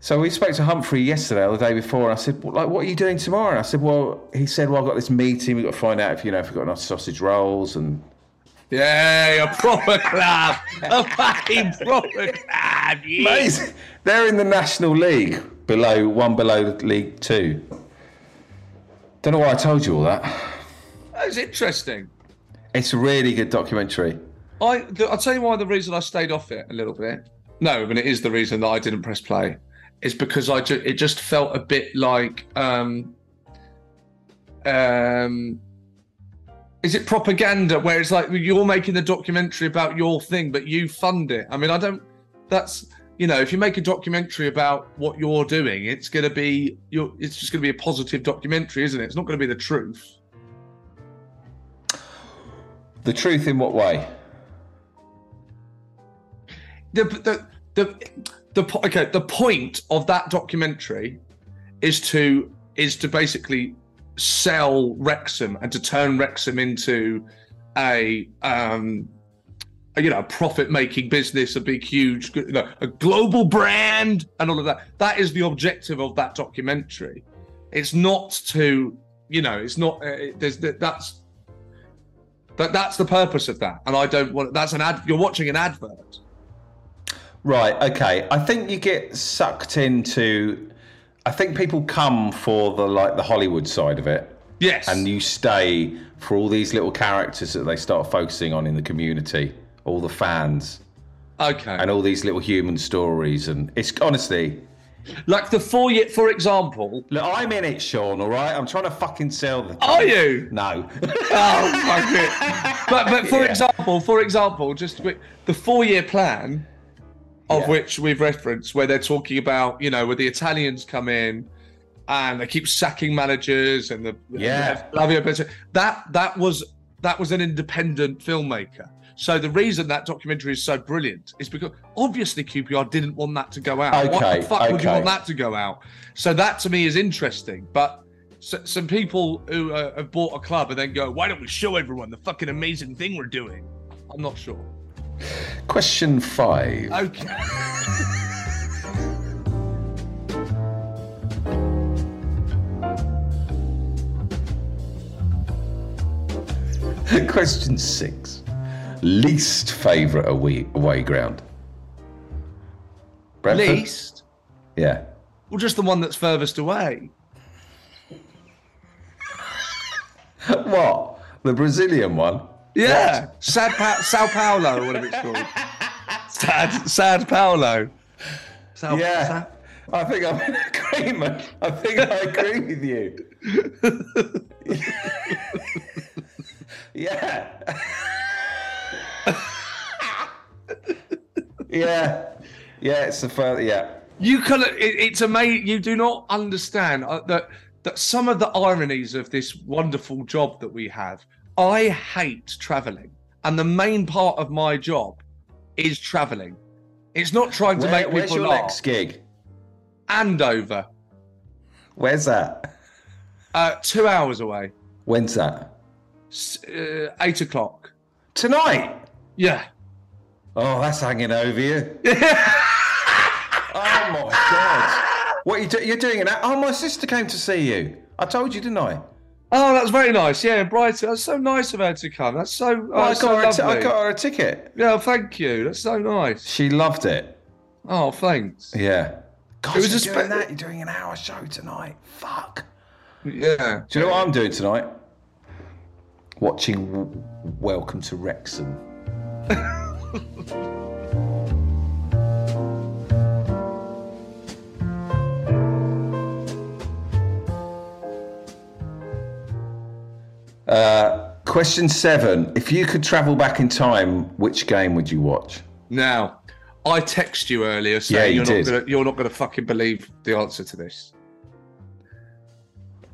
[SPEAKER 3] So we spoke to Humphrey yesterday or the day before, and I said, "Well, "Like, what are you doing tomorrow?" And I said, "Well," he said, "Well, I've got this meeting. We've got to find out if you know if we've got enough sausage rolls." And
[SPEAKER 4] Yay, a proper (laughs) club. A fucking proper club. Yeah.
[SPEAKER 3] Mate, they're in the National League below one below League Two. Don't know why I told you all that.
[SPEAKER 4] That was interesting.
[SPEAKER 3] It's a really good documentary.
[SPEAKER 4] I, th- I'll tell you why the reason I stayed off it a little bit. No, but it is the reason that I didn't press play. Is because I ju- it just felt a bit like um, um, is it propaganda where it's like you're making the documentary about your thing, but you fund it. I mean, I don't. That's you know, if you make a documentary about what you're doing, it's gonna be you're, It's just gonna be a positive documentary, isn't it? It's not gonna be the truth.
[SPEAKER 3] The truth in what way?
[SPEAKER 4] the the the the po- okay the point of that documentary is to is to basically sell Wrexham and to turn Wrexham into a um a, you know profit making business a big huge you know, a global brand and all of that that is the objective of that documentary it's not to you know it's not uh, it- there's that- that's that that's the purpose of that and i don't want that's an ad you're watching an advert
[SPEAKER 3] Right, okay. I think you get sucked into I think people come for the like the Hollywood side of it.
[SPEAKER 4] Yes.
[SPEAKER 3] and you stay for all these little characters that they start focusing on in the community, all the fans
[SPEAKER 4] okay.
[SPEAKER 3] and all these little human stories and it's honestly
[SPEAKER 4] like the four year, for example.
[SPEAKER 3] Look, I'm in it, Sean. All right, I'm trying to fucking sell the.
[SPEAKER 4] Are you?
[SPEAKER 3] No. (laughs)
[SPEAKER 4] Oh fuck it. But but for
[SPEAKER 3] Yeah.
[SPEAKER 4] example, for example, just quick, the four year plan, of
[SPEAKER 3] Yeah.
[SPEAKER 4] which we've referenced, where they're talking about you know where the Italians come in. And they keep sacking managers, and the
[SPEAKER 3] Yeah.
[SPEAKER 4] Flavio Petri- That that was that was an independent filmmaker. So the reason that documentary is so brilliant is because obviously QPR didn't want that to go out. Why
[SPEAKER 3] Okay,
[SPEAKER 4] the fuck would you
[SPEAKER 3] okay.
[SPEAKER 4] want that to go out? So that to me is interesting. But s some people who uh, have bought a club and then go, why don't we show everyone the fucking amazing thing we're doing? I'm not sure.
[SPEAKER 3] Question five. (laughs)
[SPEAKER 4] Okay.
[SPEAKER 3] Question six. Least favourite away, away ground. Brentford?
[SPEAKER 4] Least.
[SPEAKER 3] Yeah. (laughs)
[SPEAKER 4] Well, just the one that's furthest away.
[SPEAKER 3] What? The Brazilian one?
[SPEAKER 4] Yeah, Sad pa- Sao Paulo, or whatever it's
[SPEAKER 3] (laughs)
[SPEAKER 4] called. Sad, Sad Paulo. Sao,
[SPEAKER 3] Yeah.
[SPEAKER 4] Sa-
[SPEAKER 3] I think I'm in agreement. I think I agree with you. (laughs) yeah. (laughs) yeah. Yeah, it's the first. Yeah.
[SPEAKER 4] you can. It, it's amazing. You do not understand uh, that that some of the ironies of this wonderful job that we have. I hate traveling, and the main part of my job is traveling. It's not trying to
[SPEAKER 3] Where-
[SPEAKER 4] make
[SPEAKER 3] where's
[SPEAKER 4] people
[SPEAKER 3] your
[SPEAKER 4] laugh.
[SPEAKER 3] next gig?
[SPEAKER 4] Andover,
[SPEAKER 3] Where's that?
[SPEAKER 4] uh, two hours away,
[SPEAKER 3] When's that?
[SPEAKER 4] S- uh, eight o'clock.
[SPEAKER 3] Tonight.
[SPEAKER 4] Yeah.
[SPEAKER 3] Oh, that's hanging over
[SPEAKER 4] (laughs)
[SPEAKER 3] you. oh my god! What you do- you're doing it? Oh, my sister came to see you. I told you, didn't I?
[SPEAKER 4] Oh, that's very nice. Yeah, in Brighton. That's so nice of her to come. That's so. Oh,
[SPEAKER 3] I
[SPEAKER 4] that's so
[SPEAKER 3] got, her a ti- I
[SPEAKER 4] lovely.
[SPEAKER 3] got her a ticket.
[SPEAKER 4] Yeah, thank you. That's so nice.
[SPEAKER 3] She loved it.
[SPEAKER 4] Oh, thanks.
[SPEAKER 3] Yeah. God,
[SPEAKER 4] It was
[SPEAKER 3] you're
[SPEAKER 4] a
[SPEAKER 3] doing
[SPEAKER 4] spe-
[SPEAKER 3] that. You're doing an hour show tonight. Fuck.
[SPEAKER 4] Yeah.
[SPEAKER 3] Do you know what I'm doing tonight? Watching W- Welcome to Wrexham. (laughs) uh, question seven. If you could travel back in time, which game would you watch?
[SPEAKER 4] Now, I text you earlier saying
[SPEAKER 3] Yeah, you
[SPEAKER 4] are
[SPEAKER 3] did.
[SPEAKER 4] not gonna, you're not going to fucking believe the answer to this.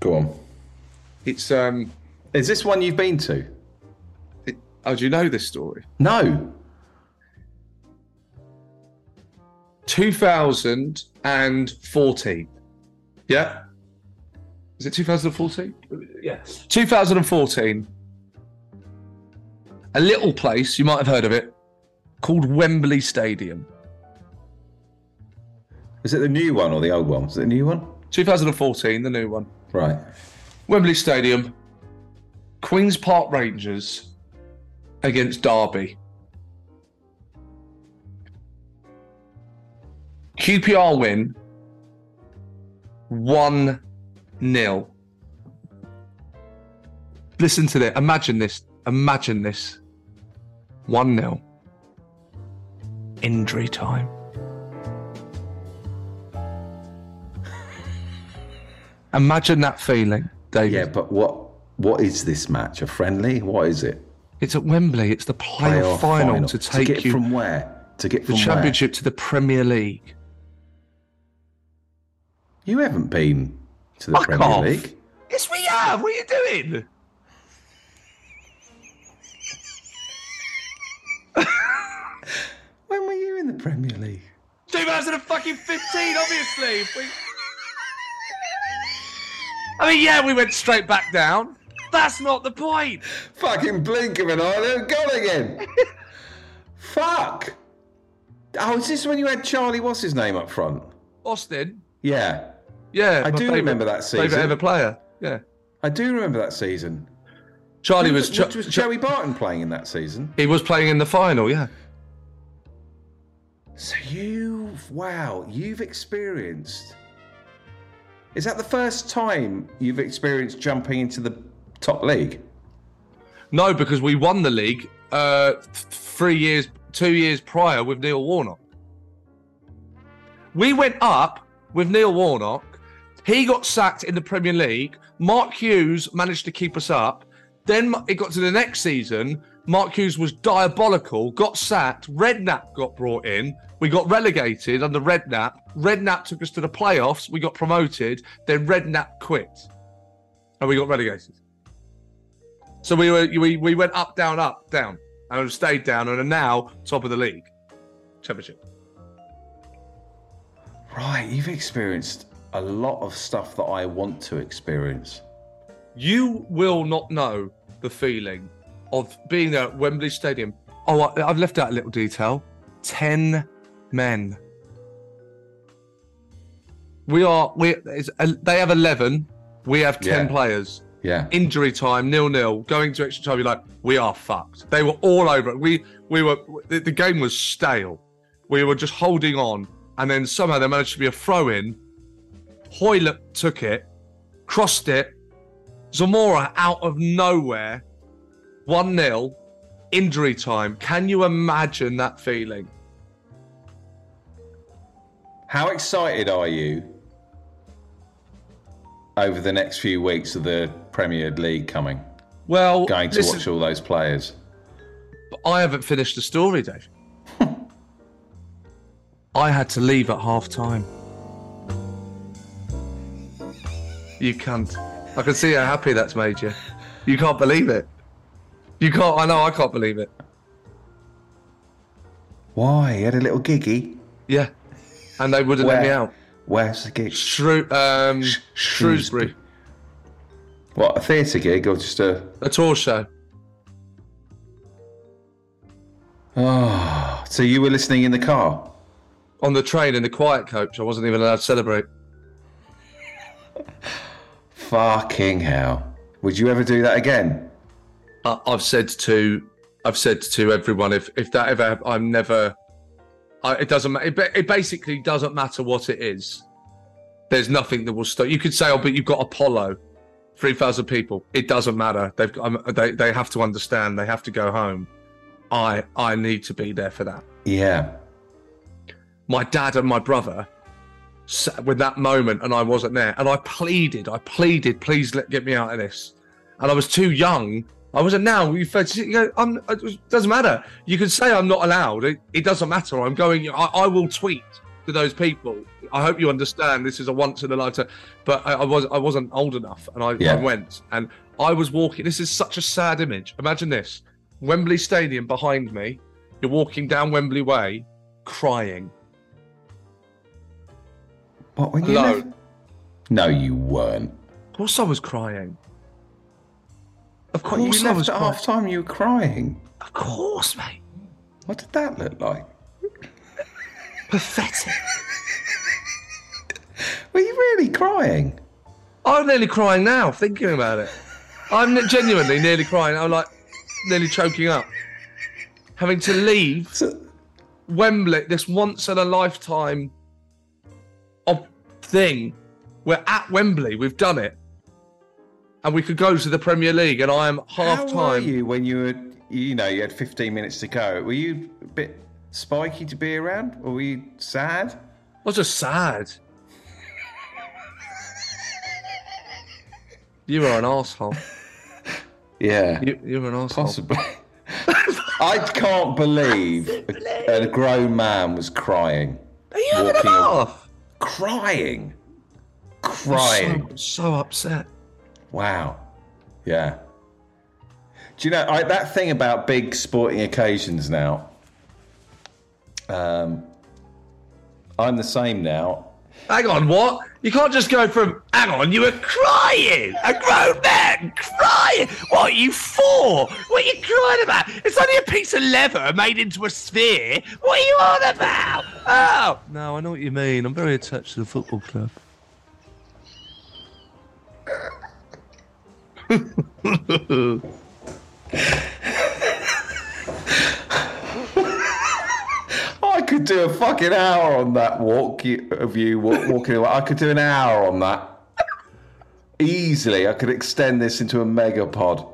[SPEAKER 3] Go on.
[SPEAKER 4] It's um.
[SPEAKER 3] Is this one you've been to?
[SPEAKER 4] It, oh, do you know this story?
[SPEAKER 3] No.
[SPEAKER 4] 2014. Yeah. Is it 2014? Yes. 2014. A little place, you might have heard of it, called Wembley Stadium.
[SPEAKER 3] Is it the new one or the old one? Is it the new one?
[SPEAKER 4] 2014, the new one.
[SPEAKER 3] Right.
[SPEAKER 4] Wembley Stadium, Queen's Park Rangers against Derby. QPR win 1 0. Listen to this. Imagine this. Imagine this. 1 0. Injury time. Imagine that feeling, David.
[SPEAKER 3] Yeah, but what what is this match? A friendly? What is it?
[SPEAKER 4] It's at Wembley. It's the playoff, final, to take
[SPEAKER 3] get
[SPEAKER 4] you
[SPEAKER 3] from where? To get
[SPEAKER 4] the
[SPEAKER 3] from
[SPEAKER 4] championship to the Premier League.
[SPEAKER 3] Where? You haven't been to the
[SPEAKER 4] Fuck
[SPEAKER 3] Premier
[SPEAKER 4] off.
[SPEAKER 3] League.
[SPEAKER 4] Yes, we have. What are you doing?
[SPEAKER 3] When were you in the Premier League?
[SPEAKER 4] 2015, obviously. We... I mean, yeah, we went straight back down. That's not the point.
[SPEAKER 3] Fucking blink of an eye, they're gone
[SPEAKER 4] (laughs)
[SPEAKER 3] again. Fuck. Oh, is this when you had Charlie? What's his name up front?
[SPEAKER 4] Austin.
[SPEAKER 3] Yeah,
[SPEAKER 4] Yeah,
[SPEAKER 3] I
[SPEAKER 4] my
[SPEAKER 3] do
[SPEAKER 4] favourite-
[SPEAKER 3] remember that season.
[SPEAKER 4] Favorite ever player. Yeah,
[SPEAKER 3] I do remember that season.
[SPEAKER 4] Charlie was.
[SPEAKER 3] What- was
[SPEAKER 4] Ch-
[SPEAKER 3] Joey Barton playing in that season?
[SPEAKER 4] he was playing in the final. Yeah.
[SPEAKER 3] So you, wow, you've experienced. Is that the first time you've experienced jumping into the top league?
[SPEAKER 4] No, because we won the league uh, th- three years, two years prior with Neil Warnock. We went up with Neil Warnock. He got sacked in the Premier League. Mark Hughes managed to keep us up. Then it got to the next season. Mark Hughes was diabolical, got sacked. Redknapp got brought in. We got relegated under Redknapp. Redknapp took us to the playoffs. We got promoted. Then Redknapp quit. And we got relegated. So we were we, we went up, down, up, down, and we've stayed down, and are now top of the league, championship.
[SPEAKER 3] Right, you've experienced a lot of stuff that I want to experience.
[SPEAKER 4] You will not know the feeling of being there at Wembley Stadium. Oh, I, I've left out a little detail. Ten men. We are we. It's, uh, they have eleven. We have ten
[SPEAKER 3] Yeah.
[SPEAKER 4] players.
[SPEAKER 3] Yeah.
[SPEAKER 4] injury time, nil nil, going to extra time. You're like, we are fucked. They were all over. it. We we were. The, the game was stale. We were just holding on, and then somehow there managed to be a throw in. Hoylett took it, crossed it, Zamora out of nowhere, 1 0, injury time. Can you imagine that feeling?
[SPEAKER 3] How excited are you over the next few weeks of the Premier League coming?
[SPEAKER 4] Well,
[SPEAKER 3] Going to
[SPEAKER 4] listen,
[SPEAKER 3] watch all those players.
[SPEAKER 4] I haven't finished the story, Dave. (laughs) I had to leave at half time. You can't. I can see how happy that's made you. You can't believe it. You can't. I know. I can't believe it.
[SPEAKER 3] Why? You had a little giggy.
[SPEAKER 4] Yeah. And they wouldn't let me out.
[SPEAKER 3] Where's the gig?
[SPEAKER 4] Shrew, um,
[SPEAKER 3] Sh-
[SPEAKER 4] Shrewsbury.
[SPEAKER 3] What, a theatre gig or just a.
[SPEAKER 4] A tour show.
[SPEAKER 3] Oh, so you were listening in the car?
[SPEAKER 4] On the train in the quiet coach. I wasn't even allowed to celebrate.
[SPEAKER 3] Fucking hell. Would you ever do that again?
[SPEAKER 4] I- I've said to I've said to everyone if if that ever hap- I'm never I, it doesn't matter it, ba- it basically doesn't matter what it is there's nothing that will stop you could say oh but you've got Apollo 3000 people it doesn't matter they've got- I'm, they they have to understand they have to go home I I need to be there for that
[SPEAKER 3] Yeah.
[SPEAKER 4] my dad and my brother sat with that moment and I wasn't there and I pleaded I pleaded please let get me out of this and I was too young I wasn't now you first you go I'm uh, it doesn't matter you can say I'm not allowed it, it doesn't matter I'm going I, I will tweet to those people I hope you understand this is a once in a lifetime but I, I was I wasn't old enough and I,
[SPEAKER 3] Yeah.
[SPEAKER 4] I went and I was walking this is such a sad image imagine this Wembley Stadium behind me you're walking down Wembley Way crying
[SPEAKER 3] What, when you
[SPEAKER 4] Alone.
[SPEAKER 3] left- No, you weren't.
[SPEAKER 4] Of course I was crying. Of
[SPEAKER 3] Of
[SPEAKER 4] course,
[SPEAKER 3] course,
[SPEAKER 4] I
[SPEAKER 3] left
[SPEAKER 4] was
[SPEAKER 3] at
[SPEAKER 4] crying.
[SPEAKER 3] half time, you were crying.
[SPEAKER 4] Of course, mate.
[SPEAKER 3] What did that look like?
[SPEAKER 4] Pathetic.
[SPEAKER 3] Were you really crying?
[SPEAKER 4] I'm nearly crying now thinking about it. I'm ne- genuinely nearly crying. I'm like nearly choking up. Having to leave
[SPEAKER 3] So-
[SPEAKER 4] Wembley, this once in a lifetime of thing. We're at Wembley. We've done it. And we could go to the Premier League, and I am half
[SPEAKER 3] How were
[SPEAKER 4] time.
[SPEAKER 3] you when you were, you know, you had 15 minutes to go? Were you a bit spiky to be around? Or were you sad?
[SPEAKER 4] I was just sad. you are an asshole.
[SPEAKER 3] Yeah,
[SPEAKER 4] You, you're an asshole.
[SPEAKER 3] possibly. (laughs) I can't believe a, a grown man was crying.
[SPEAKER 4] Are you having a
[SPEAKER 3] Walking aw-
[SPEAKER 4] laugh?
[SPEAKER 3] Crying.
[SPEAKER 4] So,
[SPEAKER 3] Crying.
[SPEAKER 4] so upset.
[SPEAKER 3] Wow. Yeah. Do you know I, that thing about big sporting occasions now? Um, I'm the same now.
[SPEAKER 4] Hang on, what? You can't just go from hang on, you were crying, a grown man crying. What are you for? What are you crying about? It's only a piece of leather made into a sphere. What are you on about? Oh no, I know what you mean. I'm very attached to the football club.
[SPEAKER 3] I could do a fucking hour on that walk you, of you wa- walking away. I could do an hour on that easily. I could extend this into a mega pod.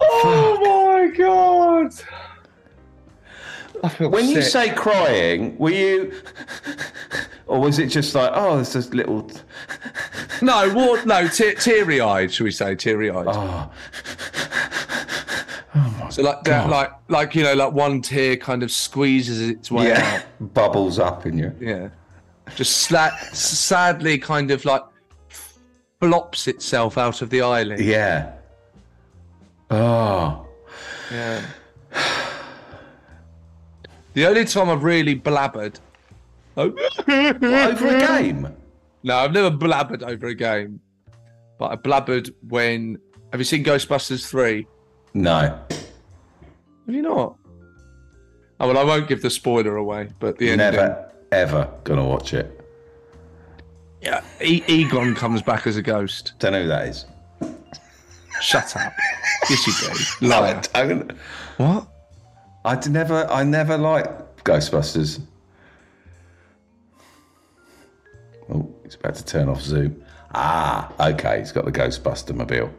[SPEAKER 4] Oh my god. I feel
[SPEAKER 3] When you
[SPEAKER 4] sick.
[SPEAKER 3] say crying, were you, or was it just like, oh, there's this little,
[SPEAKER 4] no, war, no, te- teary eyed, should we say teary eyed?
[SPEAKER 3] oh,
[SPEAKER 4] so like that, like like you know, like one tear kind of squeezes its way
[SPEAKER 3] yeah,
[SPEAKER 4] out.
[SPEAKER 3] bubbles up in you.
[SPEAKER 4] Yeah, just sla- sadly, kind of like flops itself out of the eyelid.
[SPEAKER 3] Yeah. Oh.
[SPEAKER 4] Yeah. The only time I've really blabbered.
[SPEAKER 3] Over a game.
[SPEAKER 4] No, I've never blabbered over a game, but I blabbered when. Have you seen Ghostbusters three?
[SPEAKER 3] No.
[SPEAKER 4] Have you not? Oh, well, I won't give the spoiler away, but the ending.
[SPEAKER 3] Never, ever gonna watch it.
[SPEAKER 4] Yeah, e- Egon comes back as a ghost.
[SPEAKER 3] Don't know who that is.
[SPEAKER 4] Shut up. yes, you do.
[SPEAKER 3] No, I
[SPEAKER 4] Liar.
[SPEAKER 3] don't.
[SPEAKER 4] What?
[SPEAKER 3] I d- never, I never liked Ghostbusters. Oh, it's It's about to turn off Zoom. Ah, okay. He's got the Ghostbuster mobile.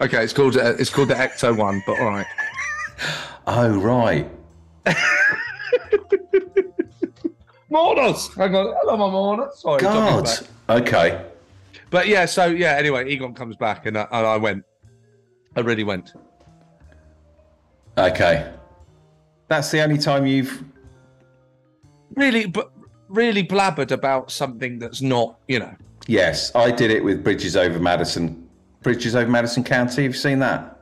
[SPEAKER 4] Okay, it's called uh, it's called the Ecto One, but all right.
[SPEAKER 3] Oh, right.
[SPEAKER 4] Mornos, hang on, hello, my Mornos. Sorry, got me
[SPEAKER 3] God.
[SPEAKER 4] back.
[SPEAKER 3] Okay.
[SPEAKER 4] But yeah, so yeah. Anyway, Egon comes back, and I, and I went. I really went.
[SPEAKER 3] Okay. That's the only time you've.
[SPEAKER 4] Really, but really blabbered about something that's not, you know.
[SPEAKER 3] Yes, I did it with Bridges over Madison. Bridges over Madison County. You've seen that?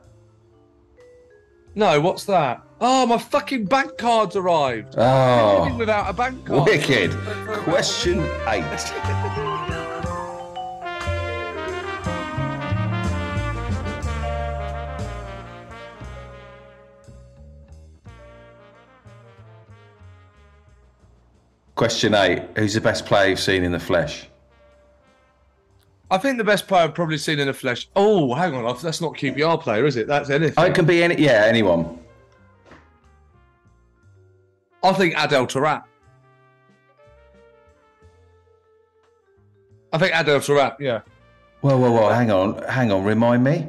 [SPEAKER 4] No, what's that? Oh, my fucking bank card's arrived. Living
[SPEAKER 3] Oh,
[SPEAKER 4] Without a bank card.
[SPEAKER 3] wicked. Question eight. Question eight. Who's the best player you've seen in the flesh?
[SPEAKER 4] I think the best player I've probably seen in the flesh. Oh, hang on, off. That's not QPR player, is it? That's anything.
[SPEAKER 3] Oh, it can be any. Yeah, anyone.
[SPEAKER 4] I think Adel Tarat. I think Adel Tarat. Yeah.
[SPEAKER 3] Whoa, whoa, whoa! Hang on, hang on. Remind me.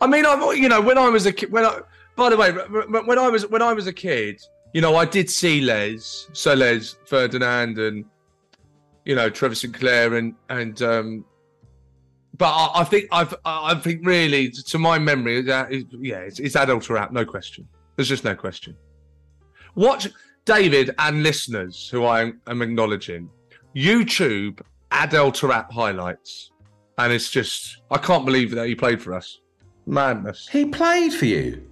[SPEAKER 4] I mean, I you know when I was a kid. When I, by the way, when I was when I was a kid, you know, I did see Les, so Les Ferdinand, and you know Trevor Sinclair, and and um, but I, I think I've I I think really to my memory that is, yeah, it's, it's adult rap, no question. There's just no question. Watch David and listeners who I am, am acknowledging YouTube adult rap highlights, and it's just I can't believe that he played for us. Madness.
[SPEAKER 3] He played for you.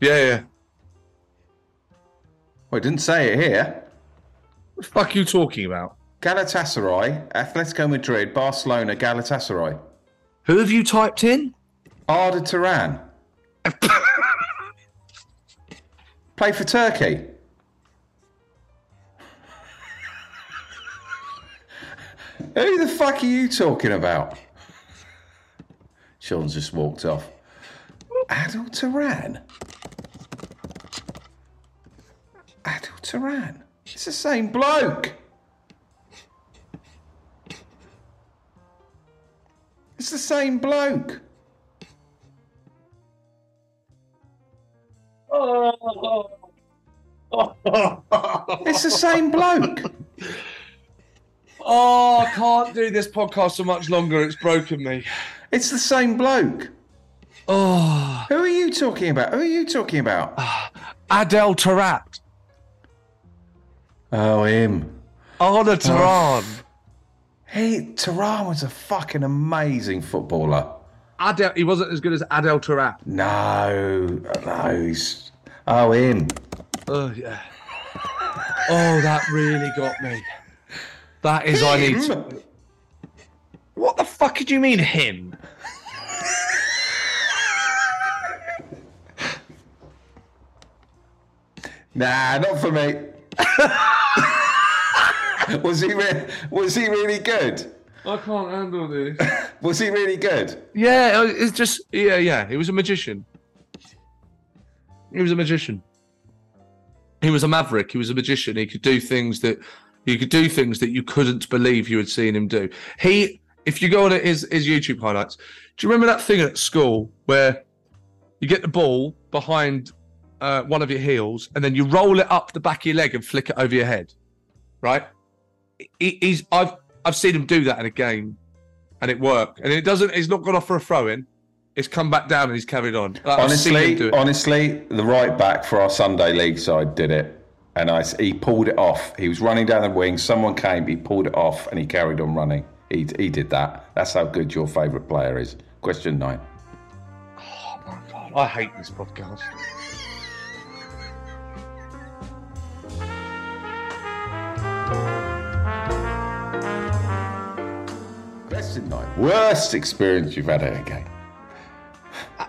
[SPEAKER 4] Yeah, yeah.
[SPEAKER 3] Well, it didn't say it here.
[SPEAKER 4] What the fuck are you talking about?
[SPEAKER 3] Galatasaray, Atletico Madrid, Barcelona, Galatasaray.
[SPEAKER 4] Who have you typed in?
[SPEAKER 3] Arda Turan. Played for Turkey. Who the fuck are you talking about? Sean's just walked off. Adil Turan? Adil Turan? It's the same bloke. It's the same bloke. It's the same bloke.
[SPEAKER 4] Oh, I can't do this podcast for much longer. It's broken me.
[SPEAKER 3] It's the same bloke.
[SPEAKER 4] Oh,
[SPEAKER 3] Who are you talking about? Who are you talking about?
[SPEAKER 4] Adel Tarat.
[SPEAKER 3] Oh, him.
[SPEAKER 4] Arna Taran.
[SPEAKER 3] He Tehran was a fucking amazing footballer.
[SPEAKER 4] Adel, he wasn't as good as Adel Tarat.
[SPEAKER 3] No, no, he's oh him.
[SPEAKER 4] Oh, yeah. Oh, that really got me. That is, I need. To... What the fuck did you mean, him?
[SPEAKER 3] Nah, not for me. (laughs) was he re- was he really good?
[SPEAKER 4] I can't handle this.
[SPEAKER 3] Was he really good?
[SPEAKER 4] Yeah, uh, it's just yeah, yeah. He was a magician. He was a magician. He was a maverick. He was a magician. He could do things that you could do things that you couldn't believe you had seen him do. He, if you go on his his YouTube highlights, do you remember that thing at school where you get the ball behind uh, one of your heels and then you roll it up the back of your leg and flick it over your head, right? He, he's I've I've seen him do that in a game and it worked. And it doesn't. It's not gone off for a throw in. It's come back down and he's carried on. Like, I've seen him do
[SPEAKER 3] Honestly,
[SPEAKER 4] it.
[SPEAKER 3] honestly, the right back for our Sunday league side did it, and I, he pulled it off. He was running down the wing. Someone came, he pulled it off, and he carried on running. He he did that. That's how good your favourite player is. Question nine.
[SPEAKER 4] oh my god, I hate this podcast.
[SPEAKER 3] Question nine. Worst experience you've had at a game.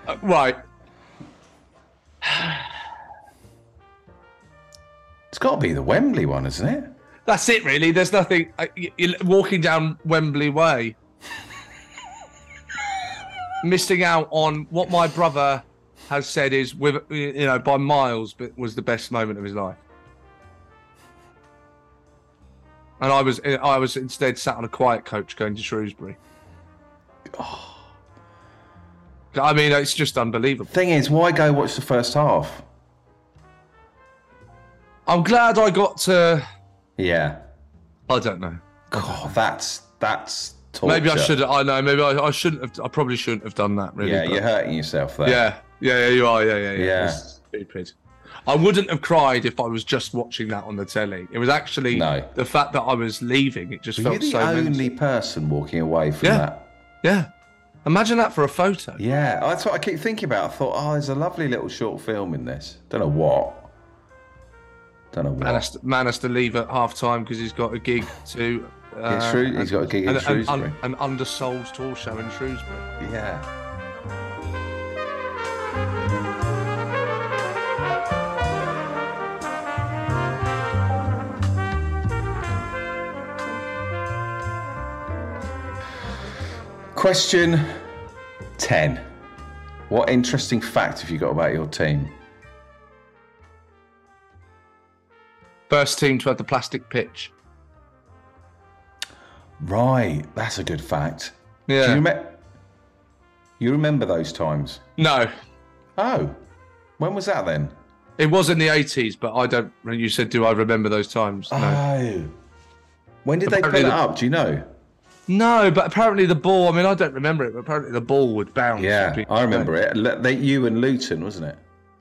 [SPEAKER 4] Uh, right,
[SPEAKER 3] It's got to be the Wembley one, isn't it?
[SPEAKER 4] that's it. Really, there's nothing. I, y- you're walking down Wembley Way, missing out on what my brother has said is with you know by miles, but was the best moment of his life. and I was uh, I was instead sat on a quiet coach going to Shrewsbury. Oh. I mean, it's just unbelievable.
[SPEAKER 3] Thing is, why go watch the first half?
[SPEAKER 4] I'm glad I got to.
[SPEAKER 3] Yeah.
[SPEAKER 4] I don't know.
[SPEAKER 3] God, that's that's torture.
[SPEAKER 4] Maybe I should. I know. Maybe I, I shouldn't have. I probably shouldn't have done that. Really.
[SPEAKER 3] Yeah,
[SPEAKER 4] but-
[SPEAKER 3] you're hurting yourself there.
[SPEAKER 4] yeah. Yeah. Yeah. You are. Yeah. Yeah. Yeah.
[SPEAKER 3] Yeah.
[SPEAKER 4] It's Stupid. I wouldn't have cried if I was just watching that on the telly. It was actually
[SPEAKER 3] No.
[SPEAKER 4] the fact that I was leaving. It just
[SPEAKER 3] But
[SPEAKER 4] felt
[SPEAKER 3] you're the
[SPEAKER 4] so. mental.
[SPEAKER 3] only person walking away from
[SPEAKER 4] Yeah.
[SPEAKER 3] that.
[SPEAKER 4] Yeah. Imagine that for a photo.
[SPEAKER 3] Yeah, oh, that's what I keep thinking about. I thought, oh, there's a lovely little short film in this. Don't know what. Don't know what.
[SPEAKER 4] Man, has to, man has to leave at half time because he's got a gig to. Uh,
[SPEAKER 3] Yeah, Shrew- he's got a gig in
[SPEAKER 4] an, an- un-
[SPEAKER 3] Shrewsbury.
[SPEAKER 4] an undersold tour show in Shrewsbury.
[SPEAKER 3] yeah. Question 10. What interesting fact have you got about your team?
[SPEAKER 4] First team to have the plastic pitch.
[SPEAKER 3] Right, that's a good fact. Do
[SPEAKER 4] Yeah.
[SPEAKER 3] you, reme- you remember those times?
[SPEAKER 4] no,
[SPEAKER 3] Oh, when was that then?
[SPEAKER 4] it was in the 80s, but I don't. You said, do I remember those times? No.
[SPEAKER 3] Oh, when did
[SPEAKER 4] Apparently
[SPEAKER 3] they put it
[SPEAKER 4] the-
[SPEAKER 3] up? Do you know?
[SPEAKER 4] no, but apparently the ball, I mean, I don't remember it, but apparently the ball would bounce.
[SPEAKER 3] Yeah, I remember it. Le- They, you and Luton, wasn't it?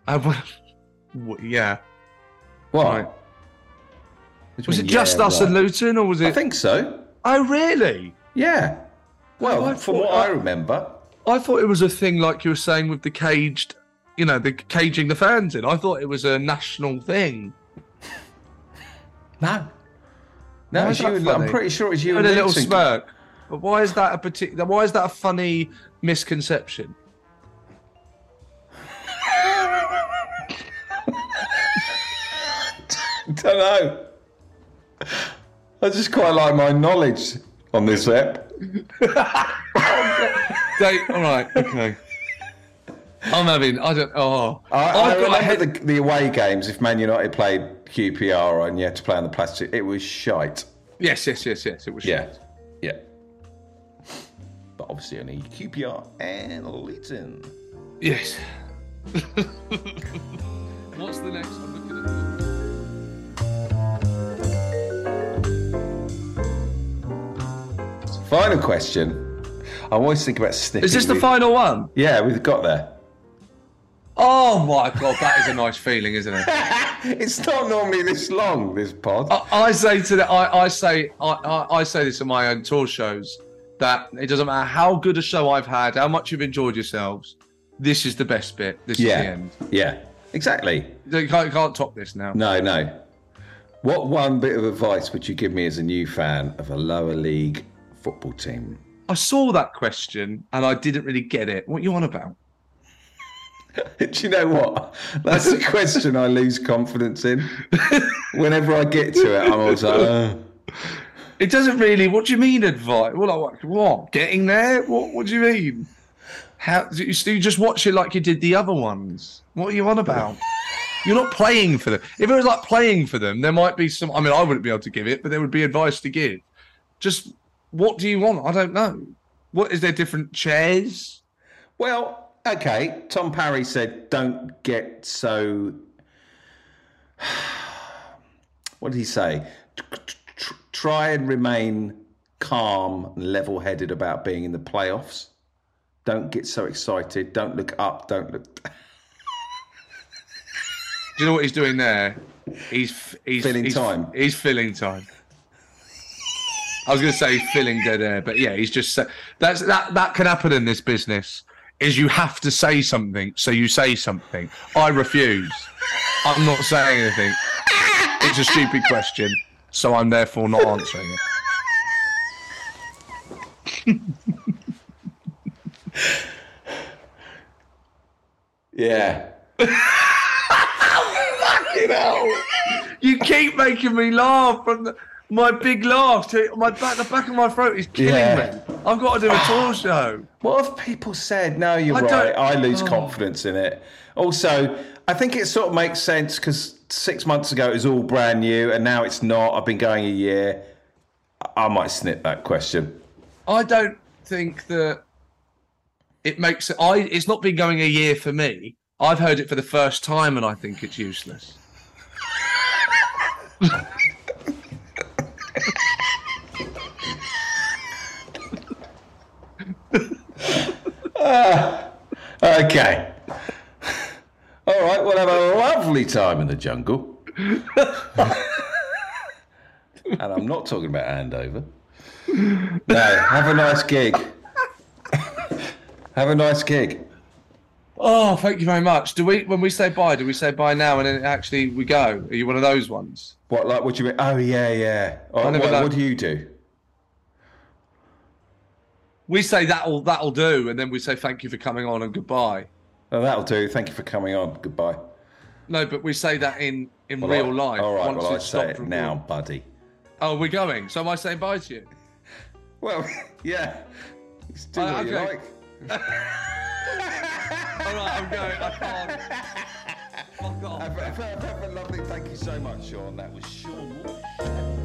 [SPEAKER 4] I w- w- yeah.
[SPEAKER 3] What?
[SPEAKER 4] Right.
[SPEAKER 3] What do you
[SPEAKER 4] Was it
[SPEAKER 3] mean,
[SPEAKER 4] just
[SPEAKER 3] yeah,
[SPEAKER 4] us
[SPEAKER 3] right?
[SPEAKER 4] and Luton, or was
[SPEAKER 3] I
[SPEAKER 4] it.
[SPEAKER 3] think so.
[SPEAKER 4] oh, really?
[SPEAKER 3] Yeah. Well,
[SPEAKER 4] Oh, I
[SPEAKER 3] from
[SPEAKER 4] thought
[SPEAKER 3] what
[SPEAKER 4] I-
[SPEAKER 3] I remember,
[SPEAKER 4] I thought it was a thing like you were saying with the caged, you know, the caging the fans in. I thought it was a national thing.
[SPEAKER 3] no. No,
[SPEAKER 4] Why
[SPEAKER 3] it was
[SPEAKER 4] is
[SPEAKER 3] you
[SPEAKER 4] that
[SPEAKER 3] and, I'm
[SPEAKER 4] funny?
[SPEAKER 3] pretty sure it was you
[SPEAKER 4] And
[SPEAKER 3] and
[SPEAKER 4] a little
[SPEAKER 3] Luton. (laughs)
[SPEAKER 4] smirk. But why is that a particular? Why is that a funny misconception?
[SPEAKER 3] Don't know. I just quite like my knowledge on this app.
[SPEAKER 4] They, all right,
[SPEAKER 3] (laughs)
[SPEAKER 4] okay. I'm having. I don't. Oh,
[SPEAKER 3] I, I
[SPEAKER 4] I've got a
[SPEAKER 3] remember
[SPEAKER 4] head-
[SPEAKER 3] the, the away games if Man United played QPR and you had to play on the plastic. It was shite.
[SPEAKER 4] Yes, yes, yes, yes. It was. shit.
[SPEAKER 3] Yeah. But obviously only QPR and Luton.
[SPEAKER 4] Yes. (laughs) What's the next one? Look at it.
[SPEAKER 3] Final question. I always think about snipping.
[SPEAKER 4] Is this the
[SPEAKER 3] with-
[SPEAKER 4] final one?
[SPEAKER 3] Yeah, we've got there.
[SPEAKER 4] Oh my god, that is a nice feeling, isn't (laughs) it?
[SPEAKER 3] It's not normally this long, this pod.
[SPEAKER 4] I, I say to the, I, I say I, I, I say this in my own tour shows that it doesn't matter how good a show I've had, how much you've enjoyed yourselves. This is the best bit. This is the
[SPEAKER 3] yeah.
[SPEAKER 4] end.
[SPEAKER 3] Yeah. Exactly.
[SPEAKER 4] You can't, you can't top this now.
[SPEAKER 3] No, no. What one bit of advice would you give me as a new fan of a lower league football team?
[SPEAKER 4] I saw that question and I didn't really get it. What you on about?
[SPEAKER 3] (laughs) Do you know what? That's a question I lose confidence in. Whenever I get to it, I'm always like, "Uh."
[SPEAKER 4] It doesn't really. What do you mean advice? Well, I what, what? Getting there? What? What do you mean? How? You, you just watch it like you did the other ones. What are you on about? You're not playing for them. If it was like playing for them, there might be some. I mean, I wouldn't be able to give it, but there would be advice to give. Just what do you want? I don't know. What is there? Different chairs?
[SPEAKER 3] Well, okay. Tom Parry said, "Don't get so." (sighs) What did he say? Tr- tr- Try and remain calm and level-headed about being in the playoffs. Don't get so excited. Don't look up. Don't look. (laughs)
[SPEAKER 4] Do you know what he's doing there? He's f- he's
[SPEAKER 3] Filling
[SPEAKER 4] he's-
[SPEAKER 3] time.
[SPEAKER 4] He's filling time. I was going to say filling dead air, but yeah, he's just sa- that's that that can happen in this business. Is you have to say something, so you say something. I refuse. I'm not saying anything. It's a stupid question, so I'm therefore not answering it.
[SPEAKER 3] Yeah. Fucking hell.
[SPEAKER 4] You keep making me laugh from the, my big laugh. To my back, the back of my throat is killing
[SPEAKER 3] Yeah.
[SPEAKER 4] me. I've got to do a tour show.
[SPEAKER 3] What have people said? No, you're
[SPEAKER 4] I don't- Oh.
[SPEAKER 3] right. I lose confidence in it. Also, I think it sort of makes sense because six months ago it was all brand new and now it's not. I've been going a year. I might snip that question.
[SPEAKER 4] I don't think that it makes it. I it's not been going a year for me. I've heard it for the first time, and I think it's useless.
[SPEAKER 3] Okay. (laughs) All right, we'll have a lovely time in the jungle. (laughs) and I'm not talking about Andover. No, have a nice gig. (laughs) have a nice gig.
[SPEAKER 4] Oh, thank you very much. Do we when we say bye? Do we say bye now and then actually we go? Are you one of those ones?
[SPEAKER 3] What, like, what do you mean? Oh, yeah, yeah. All
[SPEAKER 4] I
[SPEAKER 3] right,
[SPEAKER 4] never
[SPEAKER 3] what,
[SPEAKER 4] know.
[SPEAKER 3] what do you do?
[SPEAKER 4] We say that'll that'll do, and then we say thank you for coming on and goodbye.
[SPEAKER 3] Oh, that'll do. Thank you for coming on. Goodbye.
[SPEAKER 4] No, but we say that in in
[SPEAKER 3] Well,
[SPEAKER 4] real
[SPEAKER 3] I-
[SPEAKER 4] life.
[SPEAKER 3] All right,
[SPEAKER 4] once
[SPEAKER 3] well, I
[SPEAKER 4] it's
[SPEAKER 3] say
[SPEAKER 4] stopped
[SPEAKER 3] it
[SPEAKER 4] recording.
[SPEAKER 3] now, buddy.
[SPEAKER 4] Oh, we're going. So am I saying bye to you?
[SPEAKER 3] Well, (laughs) yeah. Just do
[SPEAKER 4] Uh,
[SPEAKER 3] what you
[SPEAKER 4] okay.
[SPEAKER 3] like.
[SPEAKER 4] All right, I'm going. I can't. Fuck off.
[SPEAKER 3] Have a- have a lovely. Thank you so much, Sean. That was Sean Walsh.